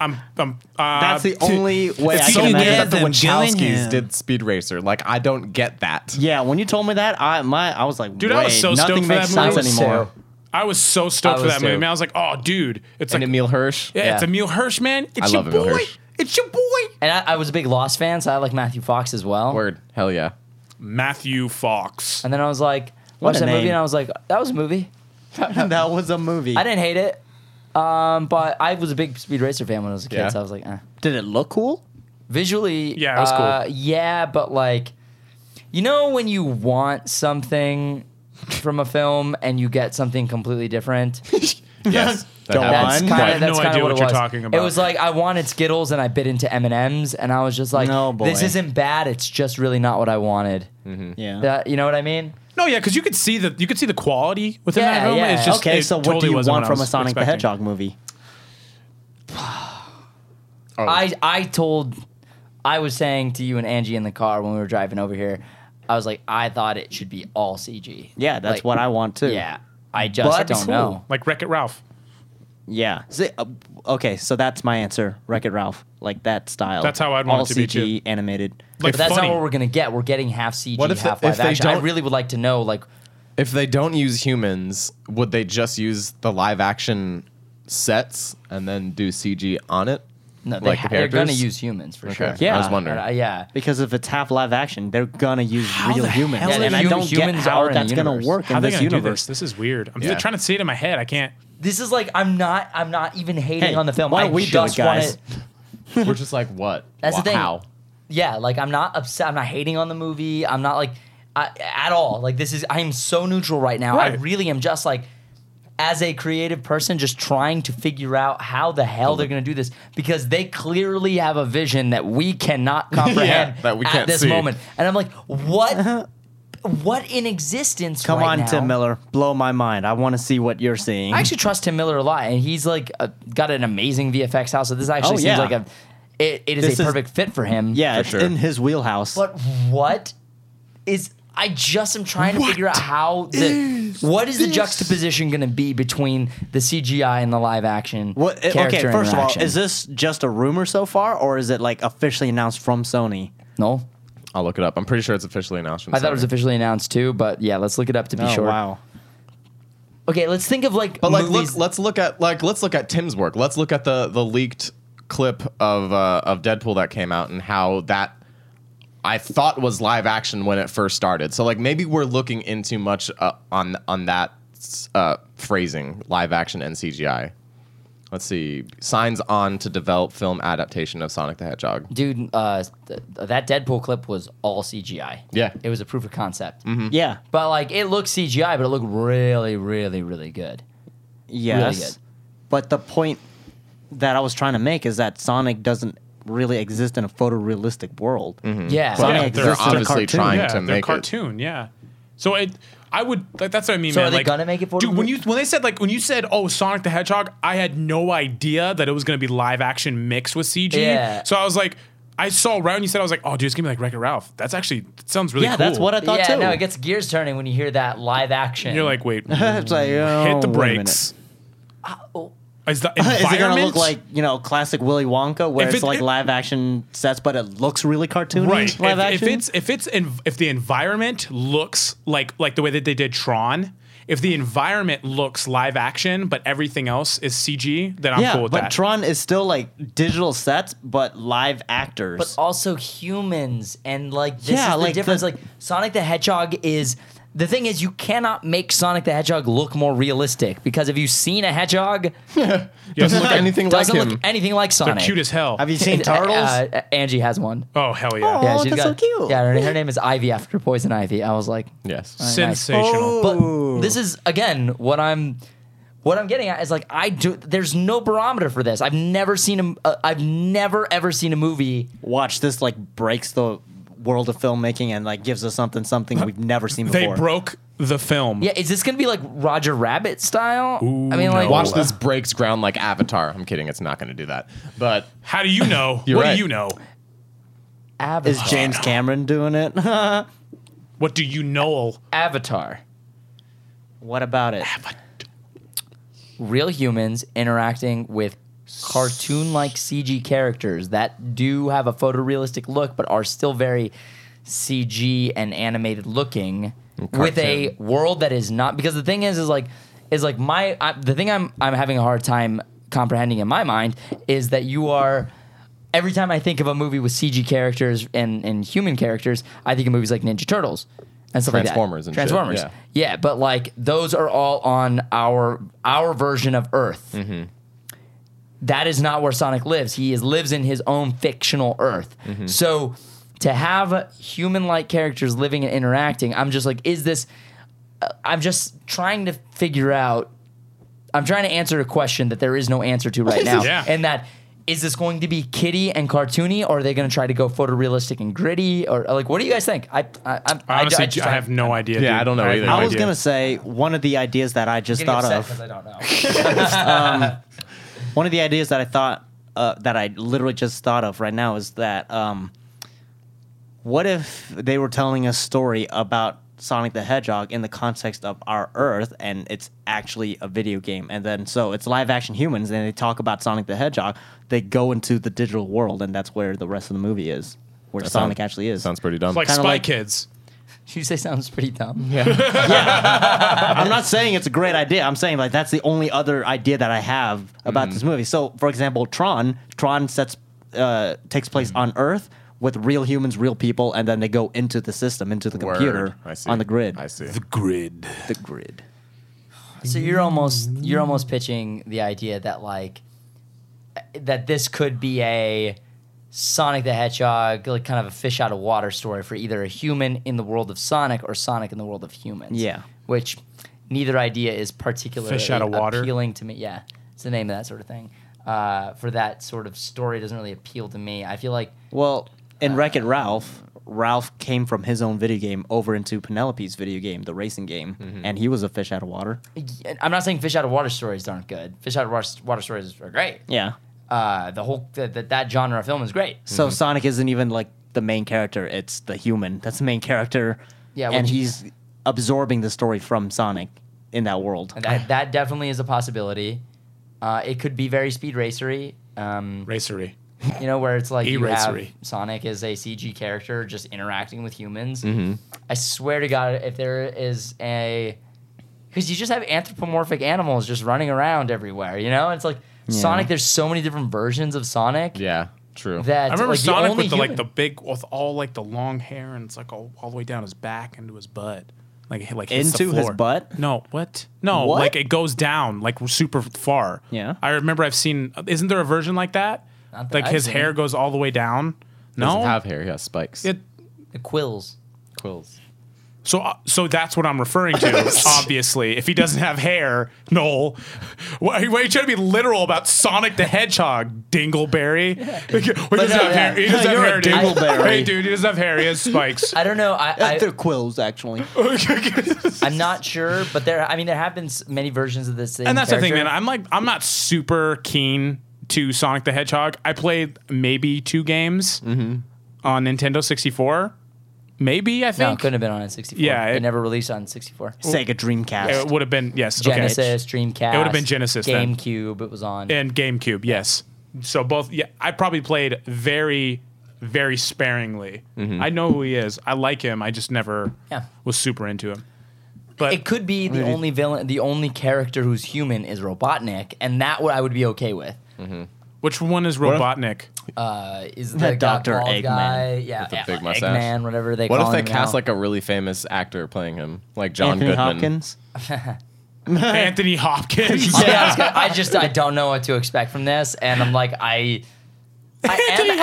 S2: I'm. I'm uh,
S3: That's the only way I
S2: If you
S3: can
S2: can
S3: imagine.
S2: get
S4: That's
S3: that
S4: the
S3: the
S2: them doing
S4: Wachowskis
S2: it.
S4: did Speed Racer. Like, I don't get that.
S3: yeah, when you told me that, I my I was like,
S2: Dude,
S3: Wait,
S2: I was so stoked
S3: nothing
S2: for
S3: makes
S2: that movie.
S3: sense
S1: I was
S3: anymore.
S1: so-
S2: I was so
S1: I
S2: stoked for
S1: was
S2: that movie.
S1: too.
S2: Man, I was like, oh, dude, it's
S4: And
S2: like
S4: Emil Hirsch.
S2: Yeah, it's
S1: Yeah.
S2: Emil Hirsch, man. It's
S4: I
S2: your
S4: love
S2: boy.
S4: Emil Hirsch.
S2: It's your boy.
S1: and I, I was a big lost fan so i like matthew fox as well
S4: Word. Hell yeah.
S2: Matthew Fox.
S1: and then i was like
S3: What
S1: watched
S3: a
S1: that movie
S3: name.
S1: and i was like that was a movie
S3: that was a movie.
S1: i didn't hate it um, but i was a big speed racer fan when i was a kid
S4: Yeah.
S1: so i was like eh.
S3: Did it look cool?
S1: visually
S2: Yeah, it was cool.
S1: uh, yeah but like you know when you want something from a film and you get something completely different
S4: Yes.
S3: Go
S4: happens
S1: That's
S4: quite
S3: on.
S1: kind
S2: have
S1: of that's
S2: no
S1: kind
S2: idea
S1: of what,
S2: what
S1: it
S2: you're
S1: was.
S2: talking about.
S1: It was like I wanted Skittles and I bit into M and M's, and I was just like,
S3: No, boy.
S1: "This isn't bad. It's just really not what I wanted."
S3: Yeah.
S1: That- you know what I mean?
S2: No, yeah, because you could see the you could see the quality within
S1: Yeah,
S2: that movie.
S1: yeah.
S2: It's just
S3: okay,
S2: it
S3: so what
S2: totally
S3: do you
S2: wasn't
S3: want
S2: I
S3: from a
S2: was
S3: Sonic the
S2: expecting.
S3: Hedgehog movie?
S4: Oh.
S1: I I told I was saying to you and Angie in the car when we were driving over here, I was like, I thought it should be all CG.
S3: Yeah, that's
S1: Like,
S3: what I want too.
S1: Yeah, I just
S3: But-
S1: don't know.
S2: like Wreck It Ralph.
S3: Yeah. See, uh, okay, so that's my answer. Wreck It Ralph, like that style.
S2: That's how I'd
S3: All
S2: want it to be,
S3: CG animated.
S2: Like
S1: But that's
S2: funny.
S1: not what we're gonna get. We're getting half CG,
S4: What if the-
S1: half live
S4: if they
S1: action. I
S4: don't-
S1: really would like to know, like,
S4: If they don't use humans, would they just use the live action sets and then do CG on it?
S1: no, they
S4: Like the
S1: ha- they're gonna
S4: characters?
S1: use humans for sure.
S3: Yeah.
S4: I was wondering.
S1: Uh, yeah.
S3: because if it's half live action, they're gonna use real
S2: the
S3: humans,
S2: hell
S3: and
S2: are
S3: I
S1: you-
S3: don't get
S1: humans are
S3: how
S1: in the
S3: that's gonna
S1: universe?
S3: work
S2: How
S3: in
S2: are they
S3: this
S2: gonna do this?
S3: universe.
S2: This is weird. I'm
S4: Yeah.
S2: trying to see it in my head. I can't.
S1: This is like I'm not I'm not even hating
S3: Hey,
S1: on the film.
S3: why
S1: I
S3: don't we do
S1: just
S3: it,
S1: want
S3: guys?
S1: it.
S4: We're just like, what?
S1: That's the
S4: Wha-
S1: thing.
S4: How?
S1: Yeah, like I'm not upset. I'm not hating on the movie. I'm not like I, at all. Like this is I'm so neutral right now. I
S2: Right.
S1: really am just like as a creative person just trying to figure out how the hell they're going to do this because they clearly have a vision that we cannot comprehend
S4: that we
S1: at
S4: can't
S1: this
S4: see.
S1: moment. And I'm like, what what in existence
S3: Come
S1: right
S3: on,
S1: now?
S3: Tim Miller, blow my mind. I want to see what you're seeing.
S1: I actually trust Tim Miller a lot, and he's like a, got an amazing VFX house. So this actually
S3: Oh,
S1: seems
S3: yeah.
S1: like a it, it is
S3: This
S1: a
S3: is-
S1: perfect fit for him.
S3: yeah,
S4: For
S3: it's
S4: sure.
S3: in his wheelhouse.
S1: But what is I just am trying to figure out how the what is the juxtaposition going to be between the CGI and the live action?
S3: What, uh, okay,
S1: character
S3: first of all,
S1: interaction?
S3: is this just a rumor so far, or is it like officially announced from Sony?
S1: no?
S4: I'll look it up. I'm pretty sure it's officially announced. From
S1: I thought it was
S4: Sony.
S1: officially announced too, but yeah, let's look it up to be
S3: oh,
S1: sure.
S3: wow.
S1: Okay, let's think of like
S4: But like,
S1: movies-
S4: look, let's look at like let's look at Tim's work. Let's look at the the leaked clip of uh, of Deadpool that came out and how that I thought was live action when it first started. So like maybe we're looking into much uh, on on that uh, phrasing, live action and CGI. Let's see. Signs on to develop film adaptation of Sonic the Hedgehog.
S1: Dude, uh, th- that Deadpool clip was all CGI.
S4: Yeah.
S1: It was a proof of concept.
S3: Yeah.
S1: But like, it looked CGI, but it looked really, really, really good.
S3: Yes.
S1: good.
S3: But the point that I was trying to make is that Sonic doesn't really exist in a photorealistic world.
S1: Yeah.
S2: Yeah,
S4: Mm-hmm.
S3: Sonic
S4: They're
S3: exists in a
S4: obviously
S3: cartoon.
S4: trying
S2: yeah,
S4: to
S2: they're
S4: make it-
S2: cartoon. Yeah. So it, I would like that's what I mean.
S1: So
S2: man.
S1: are they
S2: like,
S1: gonna make it for
S2: dude?
S1: the-
S2: When you when they said like when you said oh Sonic the Hedgehog, I had no idea that it was gonna be live action mixed with CG.
S1: Yeah.
S2: So I was like, I saw around you said I was like, oh dude, it's gonna be like Wreck-It Ralph. That's actually that sounds really
S3: Yeah,
S2: cool.
S3: that's what I thought
S1: yeah,
S3: too.
S1: no, it gets gears turning when you hear that live action.
S2: And you're like, wait,
S3: it's like, oh,
S2: hit the
S3: wait a minute.
S2: brakes. Is the
S3: Is it gonna
S2: environment
S3: look like you know classic Willy Wonka, where
S2: If
S3: it's
S2: it-
S3: like
S2: it-
S3: live action sets, but it looks really cartoony?
S2: right? If,
S3: Live
S2: if
S3: action.
S2: it's if it's in, if the environment looks like like the way that they did Tron. If the environment looks live action, but everything else is CG, then I'm
S3: yeah,
S2: cool with
S3: but
S2: that.
S3: Tron is still like digital sets, but live actors.
S1: but also humans and like this
S3: Yeah,
S1: is the
S3: like
S1: difference.
S3: the-
S1: like Sonic the Hedgehog is the thing is you cannot make Sonic the Hedgehog look more realistic because if you've seen a hedgehog,
S4: Doesn't look anything like
S1: doesn't
S4: him.
S1: look anything like
S2: They're
S1: Sonic.
S2: cute as hell.
S3: Have you seen Turtles?
S1: Uh, uh, Angie has one.
S2: oh hell yeah!
S3: Oh, that's so cute.
S1: Yeah, her, her name is Ivy after Poison Ivy. I was like,
S4: yes.
S1: Oh.
S2: Sensational.
S1: But this is again what I'm what I'm getting at is like I do. There's no barometer for this. I've never seen a. Uh, I've never ever seen a movie.
S3: Watch this like breaks the world of filmmaking and like gives us something something we've never seen
S2: They
S3: before.
S2: broke the film.
S1: Yeah, is this gonna be like Roger Rabbit style? I mean, like
S4: Watch this breaks ground like Avatar. I'm kidding. It's not going to do that. But
S2: How do you know?
S4: You're
S2: what
S4: right.
S2: do you know?
S3: Is
S4: Oh,
S1: Avatar.
S3: James Cameron doing it?
S2: What do you know?
S1: Avatar.
S3: what about it?
S1: Real humans interacting with cartoon-like CG characters that do have a photorealistic look, but are still very CG and animated looking, with a world that is not. Because the thing is, is like, is like my I, the thing I'm I'm having a hard time comprehending in my mind is that you are. Every time I think of a movie with CG characters and, and human characters, I think of movies like Ninja Turtles and stuff
S4: Transformers
S1: like
S4: and
S1: that.
S4: shit,
S1: Transformers.
S4: yeah.
S1: yeah. but like those are all on our our version of Earth.
S2: Mm-hmm.
S1: That is not where Sonic lives. He is lives in his own fictional Earth.
S2: Mm-hmm.
S1: So to have human-like characters living and interacting, I'm just like, is this? uh, I'm just trying to figure out. I'm trying to answer a question that there is no answer to right now,
S2: Yeah.
S1: and that is this going to be kitty and cartoony, or are they going to try to go photorealistic and gritty, or like what do you guys think? I, I, I'm- I,
S2: Honestly, I,
S1: just-
S2: have no idea.
S4: Yeah,
S2: dude.
S4: I don't know
S2: have
S4: either.
S2: no
S4: I
S3: I was
S2: idea.
S3: gonna say one of the ideas that I just
S1: getting
S3: thought
S1: upset
S3: of.
S1: 'cause I don't know.
S3: One of the ideas that I thought uh, that I literally just thought of right now is that um, what if they were telling a story about Sonic the Hedgehog in the context of our Earth and it's actually a video game, and then so it's live action humans and they talk about Sonic the Hedgehog. They go into the digital world and that's where the rest of the movie is, where Sonic
S4: sounds-
S3: actually is.
S4: sounds pretty dumb.
S2: It's like
S3: kinda
S2: Spy
S3: like-
S2: Kids.
S1: you say sounds pretty dumb.
S3: I'm not saying it's a great idea. I'm saying like that's the only other idea that I have about
S4: Mm.
S3: this movie. So, for example, Tron, Tron sets uh, takes place
S4: Mm.
S3: on Earth with real humans, real people, and then they go into the system, into the
S4: Word.
S3: computer,
S4: I see.
S3: on the grid,
S4: I see.
S2: Grid.
S3: the grid.
S1: So you're almost you're almost pitching the idea that like that this could be a Sonic the Hedgehog, like kind of a fish out of water story for either a human in the world of Sonic or Sonic in the world of humans.
S3: Yeah.
S1: Which neither idea is particularly
S2: Fish out of water.
S1: appealing to me. Yeah. It's the name of that sort of thing. Uh, for that sort of story doesn't really appeal to me. I feel like
S3: Well,
S4: Uh.
S3: in Wreck It Ralph, Ralph came from his own video game over into Penelope's video game, the racing game,
S4: Mm-hmm.
S3: and he was a fish out of water.
S1: I'm not saying fish out of water stories aren't good. Fish out of water, water stories are great.
S3: Yeah.
S1: Uh, the whole that that genre of film is great.
S2: Mm.
S4: Mm-hmm.
S3: So Sonic isn't even like the main character; it's the human that's the main character.
S1: Yeah,
S3: and
S1: which-
S3: he's absorbing the story from Sonic in that world.
S1: That that definitely is a possibility. Uh, it could be very speed racery. Um,
S2: Racery.
S1: you know, where it's
S2: E
S1: like you have
S2: E-racery.
S1: Sonic is a CG character just interacting with humans.
S2: Mm-hmm.
S1: I swear to God, if there is a, because you just have anthropomorphic animals just running around everywhere. You know, it's like Sonic. There's so many different versions of Sonic.
S4: yeah. True.
S1: That
S2: I remember
S1: like, the
S2: Sonic
S1: only
S2: with the like
S1: human-
S2: the big with all like the long hair and it's like all, all the way down his back into his butt. Like he- like hits the
S3: Into his
S2: floor.
S3: butt?
S2: No, what? No,
S3: What?
S2: like it goes down like super far.
S3: Yeah.
S2: I remember I've seen isn't there a version like that?
S1: Not that
S2: like
S1: I've
S2: his
S1: seen.
S2: hair goes all the way down? No.
S4: Doesn't have hair. He has spikes.
S2: it
S1: the quills.
S4: quills.
S2: So, uh, so that's what I'm referring to. obviously, if he doesn't have hair, Noel, why, why are you trying to be literal about Sonic the Hedgehog, Dingleberry? He doesn't
S1: no,
S2: have hair. He
S1: yeah.
S2: doesn't
S3: You're a
S2: have hair. dude.
S3: dingleberry.
S2: Hey, dude, he doesn't have hair. He has spikes.
S1: I don't know. I, I
S3: They're quills, actually.
S1: I'm not sure, but there. I mean, there have been s- many versions of this.
S2: and that's the thing, man. I'm like, I'm not super keen to Sonic the Hedgehog. I played maybe two games on Nintendo 64. Maybe I
S1: no, it
S2: think
S1: couldn't have been on N64.
S2: Yeah,
S1: it,
S2: it-
S1: never released on 64.
S3: Sega Dreamcast.
S2: it would have been yes. Okay.
S1: Genesis, Dreamcast.
S2: It would've been Genesis then.
S1: GameCube. It was on.
S2: and GameCube. Yes. So both. Yeah, I probably played very, very sparingly. I know who he is. I like him. I just never
S1: Yeah.
S2: was super into him. But
S1: it could be the only villain, the only character who's human is Robotnik, and that what I would be okay with.
S2: which one is Robotnik?
S1: Uh, is the,
S3: The
S1: guy-
S3: Dr.
S1: bald
S3: Eggman
S1: guy? Yeah,
S4: With the
S1: yeah,
S4: big mustache.
S1: Eggman, whatever they
S4: What
S1: call
S4: if they
S1: him
S4: cast
S1: now.
S4: like a really famous actor playing him, like John
S3: Anthony
S4: Goodman?
S3: Hopkins.
S2: Anthony Hopkins.
S1: I'll be honest, guys, I just I don't know what to expect from this, and I'm like I. I am
S2: Anthony
S1: a-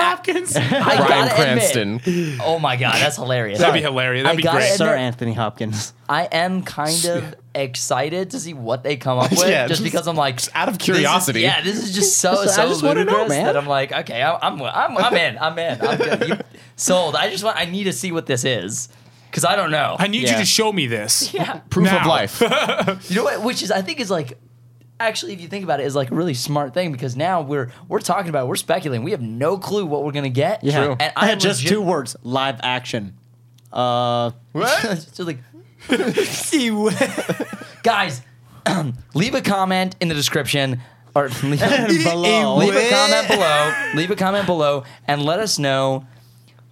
S2: Hopkins.
S1: I
S4: Bryan
S1: gotta admit-
S4: Cranston.
S1: oh my god, that's hilarious.
S2: That'd be hilarious.
S1: I
S2: That'd be
S1: gotta
S2: great.
S1: admit-
S3: Sir Anthony Hopkins.
S1: I am kind of excited to see what they come up with,
S4: Yeah,
S1: just
S4: just-
S1: because I'm like
S4: out of
S1: this is-
S4: curiosity.
S1: yeah, this is just so
S3: Just-
S1: so
S3: I just wanna know,
S1: ludicrous
S3: man.
S1: that I'm like, okay, I, I'm, I'm I'm in, I'm in, I'm good. You- sold. I just want, I need to see what this is, because I don't know.
S2: I need
S3: Yeah.
S2: you to show me this.
S1: yeah,
S4: Proof of
S2: Now.
S4: life.
S1: you know what? Which is, I think, is like. Actually, if you think about it, is like a really smart thing because now we're we're talking about it, we're speculating. We have no clue what we're gonna get.
S3: Yeah.
S1: and I
S3: just
S1: legit-
S3: two words: live action. Uh,
S4: what?
S1: so like, guys, leave a comment in the description or leave,
S3: Below.
S1: leave a comment below. Leave a comment below and let us know.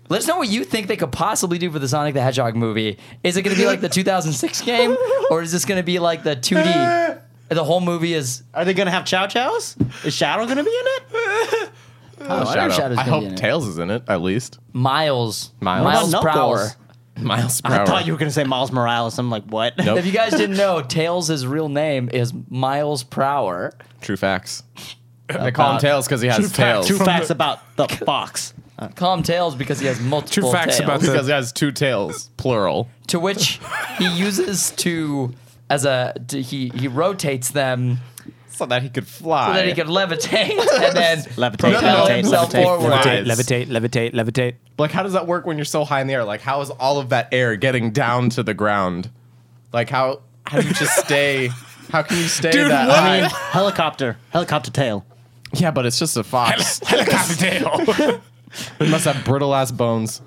S1: Let us know what you think they could possibly do for the Sonic the Hedgehog movie. Is it going to be like the 2006 game, or is this going to be like the 2D? The whole movie is.
S3: are they gonna have Chow Chows? Is Shadow gonna be in it?
S1: Oh, I, know
S4: Shadow.
S1: Shadow's
S4: I
S1: gonna be
S4: hope
S1: in it.
S4: Tails is in it, at least.
S1: Miles.
S4: Miles.
S1: Miles
S3: What about
S1: Prower.
S3: Knuckles?
S4: Miles
S3: I
S4: Brower.
S3: thought you were gonna say Miles Morales. I'm like, what?
S4: Nope.
S1: If you guys didn't know, Tails' real name is Miles Prower.
S4: True facts. They call him Tails because he has
S2: facts.
S4: tails.
S3: Two
S2: From
S3: facts
S2: the-
S3: about the fox.
S1: Call him Tails because he has multiple
S2: True facts
S1: tails.
S2: about
S4: because he has two tails, plural.
S1: to which he uses to as a to, he he rotates them
S4: So that he could fly.
S1: so that he can levitate and then
S3: Levitate,
S1: propel
S4: levitate,
S1: himself
S3: levitate,
S1: forward.
S4: levitate.
S2: levitate, levitate, levitate.
S4: Like, how does that work when you're so high in the air? Like, how is all of that air getting down to the ground? Like, how how do you just stay? How can you stay
S2: Dude,
S4: that
S2: what-
S4: high?
S3: Helicopter. Helicopter tail.
S4: yeah, but it's just a fox.
S2: Helicopter tail.
S4: it must have brittle ass bones.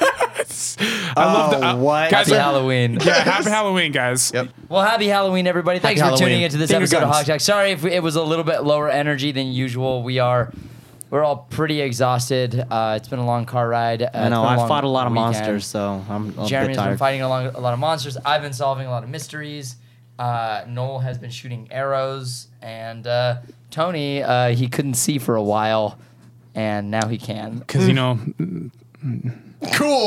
S2: I love that.
S3: Oh, what?
S2: Guys,
S1: Happy Halloween.
S2: yeah, happy Halloween, guys.
S4: Yep.
S1: Well, happy Halloween, everybody. Thanks
S4: Happy
S1: for tuning
S4: Halloween.
S1: into this
S3: Finger
S1: episode of
S3: guns.
S1: Hog Jack. Sorry if it was a little bit lower energy than usual. We are we're all pretty exhausted. Uh, it's been a long car ride. Uh,
S3: I know. I fought a lot of
S1: monsters.
S3: monsters, so I'm a bit
S1: Jeremy's been
S3: tired.
S1: fighting a lot, a lot of monsters. I've been solving a lot of mysteries. Uh, Noel has been shooting arrows, and uh, Tony uh, he couldn't see for a while, and now he can.
S2: Because, you know,
S4: Cool.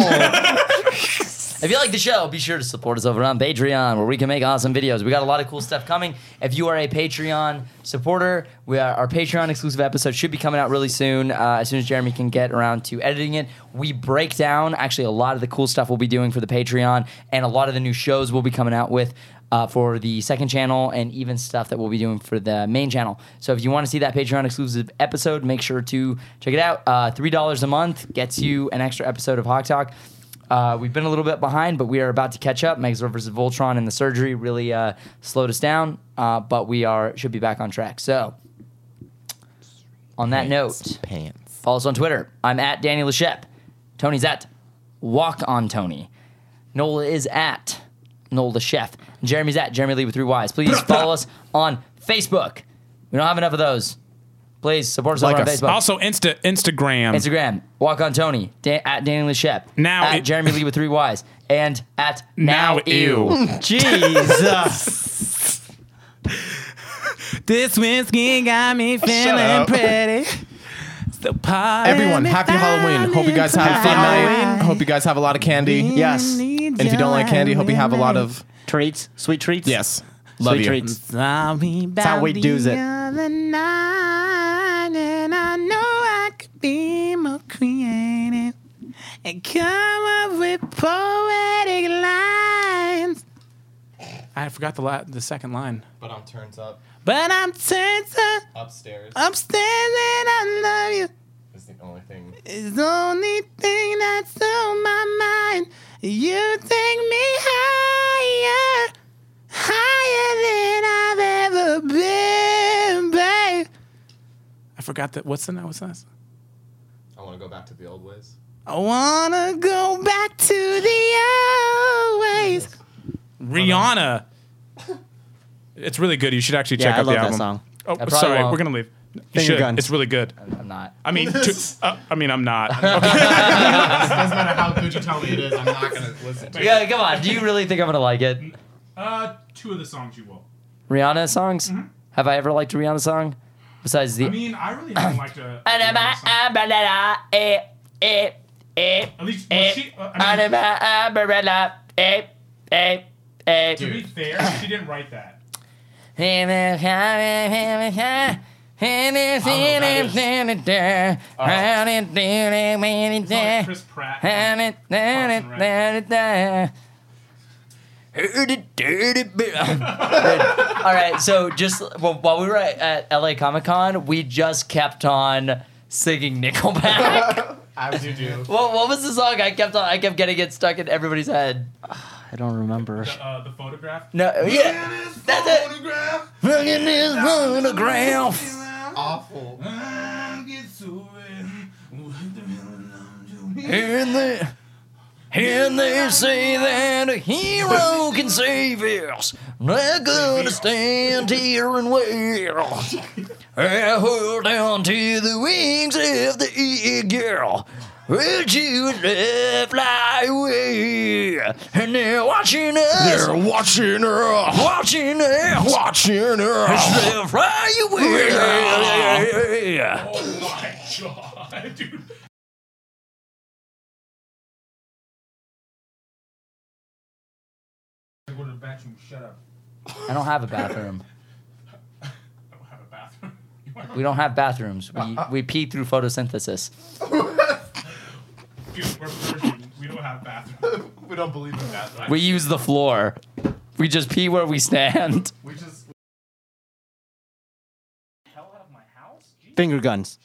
S1: If you like the show, be sure to support us over on Patreon, where we can make awesome videos. We got a lot of cool stuff coming. If you are a Patreon supporter, we are, our Patreon exclusive episode should be coming out really soon. Uh, as soon as Jeremy can get around to editing it, we break down actually a lot of the cool stuff we'll be doing for the Patreon, and a lot of the new shows we'll be coming out with. Uh, for the second channel and even stuff that we'll be doing for the main channel. So if you want to see that Patreon exclusive episode, make sure to check it out. Uh, Three dollars a month gets you an extra episode of Hawk Talk. Uh, we've been a little bit behind, but we are about to catch up. Megazord versus Voltron and the surgery really uh, slowed us down, uh, but we are should be back on track. So, on that note,
S4: Pants.
S1: follow us on Twitter. I'm at Danny Lachep. Tony's at Walk on Tony. Nola is at Nola the Chef. Jeremy's at Jeremy Lee with three Y's. Please follow us on Facebook. We don't have enough of those. Please support us
S4: Like
S1: over on
S4: us.
S1: Facebook.
S2: also Insta Instagram.
S1: Instagram, walk on Tony, da- at Danny Lachep,
S2: Now
S1: at
S2: it-
S1: Jeremy Lee with three Y's, and at now,
S2: Now
S1: ew.
S3: Jesus.
S2: This whiskey got me
S4: up.
S2: pretty. the party.
S4: Everyone, happy Halloween. Hope you guys have a fun night. Hope you guys have a lot of candy.
S3: Yes.
S4: And if you don't like candy, hope you have a lot of
S3: Treats, sweet treats.
S4: yes. Love
S3: sweet
S4: you.
S3: treats.
S2: That's
S3: how we do's it.
S2: Night, and I know I could be more creative and come up with poetic lines. I forgot the la- the second line.
S4: But on turns up
S2: But I'm turned to
S4: upstairs
S2: upstairs and I love you.
S4: is the only thing.
S2: It's the only thing that's on my mind. You take me higher, higher than I've ever been, babe. I forgot that. What's the What's that?
S4: I want to go back to the old ways.
S2: I wanna go back to the old ways. Rihanna. It's really good. You should actually
S3: Yeah,
S2: check
S3: I
S2: out the
S3: love that
S2: album.
S3: song.
S1: I
S2: Oh,
S1: probably
S2: sorry,
S1: won't.
S2: we're gonna leave. You
S3: Finger
S2: should.
S3: guns.
S2: It's really good.
S1: I'm not.
S2: I mean, to, uh, I mean, I'm not.
S4: Doesn't matter how good you tell me it is, I'm not gonna listen to
S1: Yeah, come on. Do you really think I'm gonna like it?
S2: Uh, two of the songs you will.
S1: Rihanna songs? Have I ever liked a Rihanna song? Besides the.
S2: mean, I really haven't liked a.
S1: Anima, umbrella, eh, eh, eh,
S2: least
S1: eh. Anima, umbrella, eh, eh, eh.
S2: fair, she didn't write that.
S1: Eh.
S2: Pratt.
S1: All right, so just well, while we were at, at LA Comic Con, we just kept on singing Nickelback.
S4: As you do.
S1: what, what was the song I kept on? I kept getting it stuck in everybody's head.
S3: I don't remember.
S2: Uh, the photograph.
S1: No, yeah, that's it. Bringing this photograph.
S4: Awful.
S1: And they, and they say that a hero can save us. Not gonna stand here and wait. I hold on to the wings of the eagle. Would you let fly away? And they're watching us.
S4: They're watching her.
S1: watching us.
S4: Watching her.
S1: They'll fly away.
S2: Oh my god, dude. I go to the bathroom. Shut up.
S1: I don't have a bathroom.
S2: I don't have a bathroom.
S1: We don't have bathrooms. We, we pee through photosynthesis.
S2: Dude, we're Persian. We don't have bathrooms.
S4: We don't believe in that.
S1: We use the floor. We just pee where we stand.
S4: We just
S2: Hell out of my house? Jeez,
S3: Finger guns.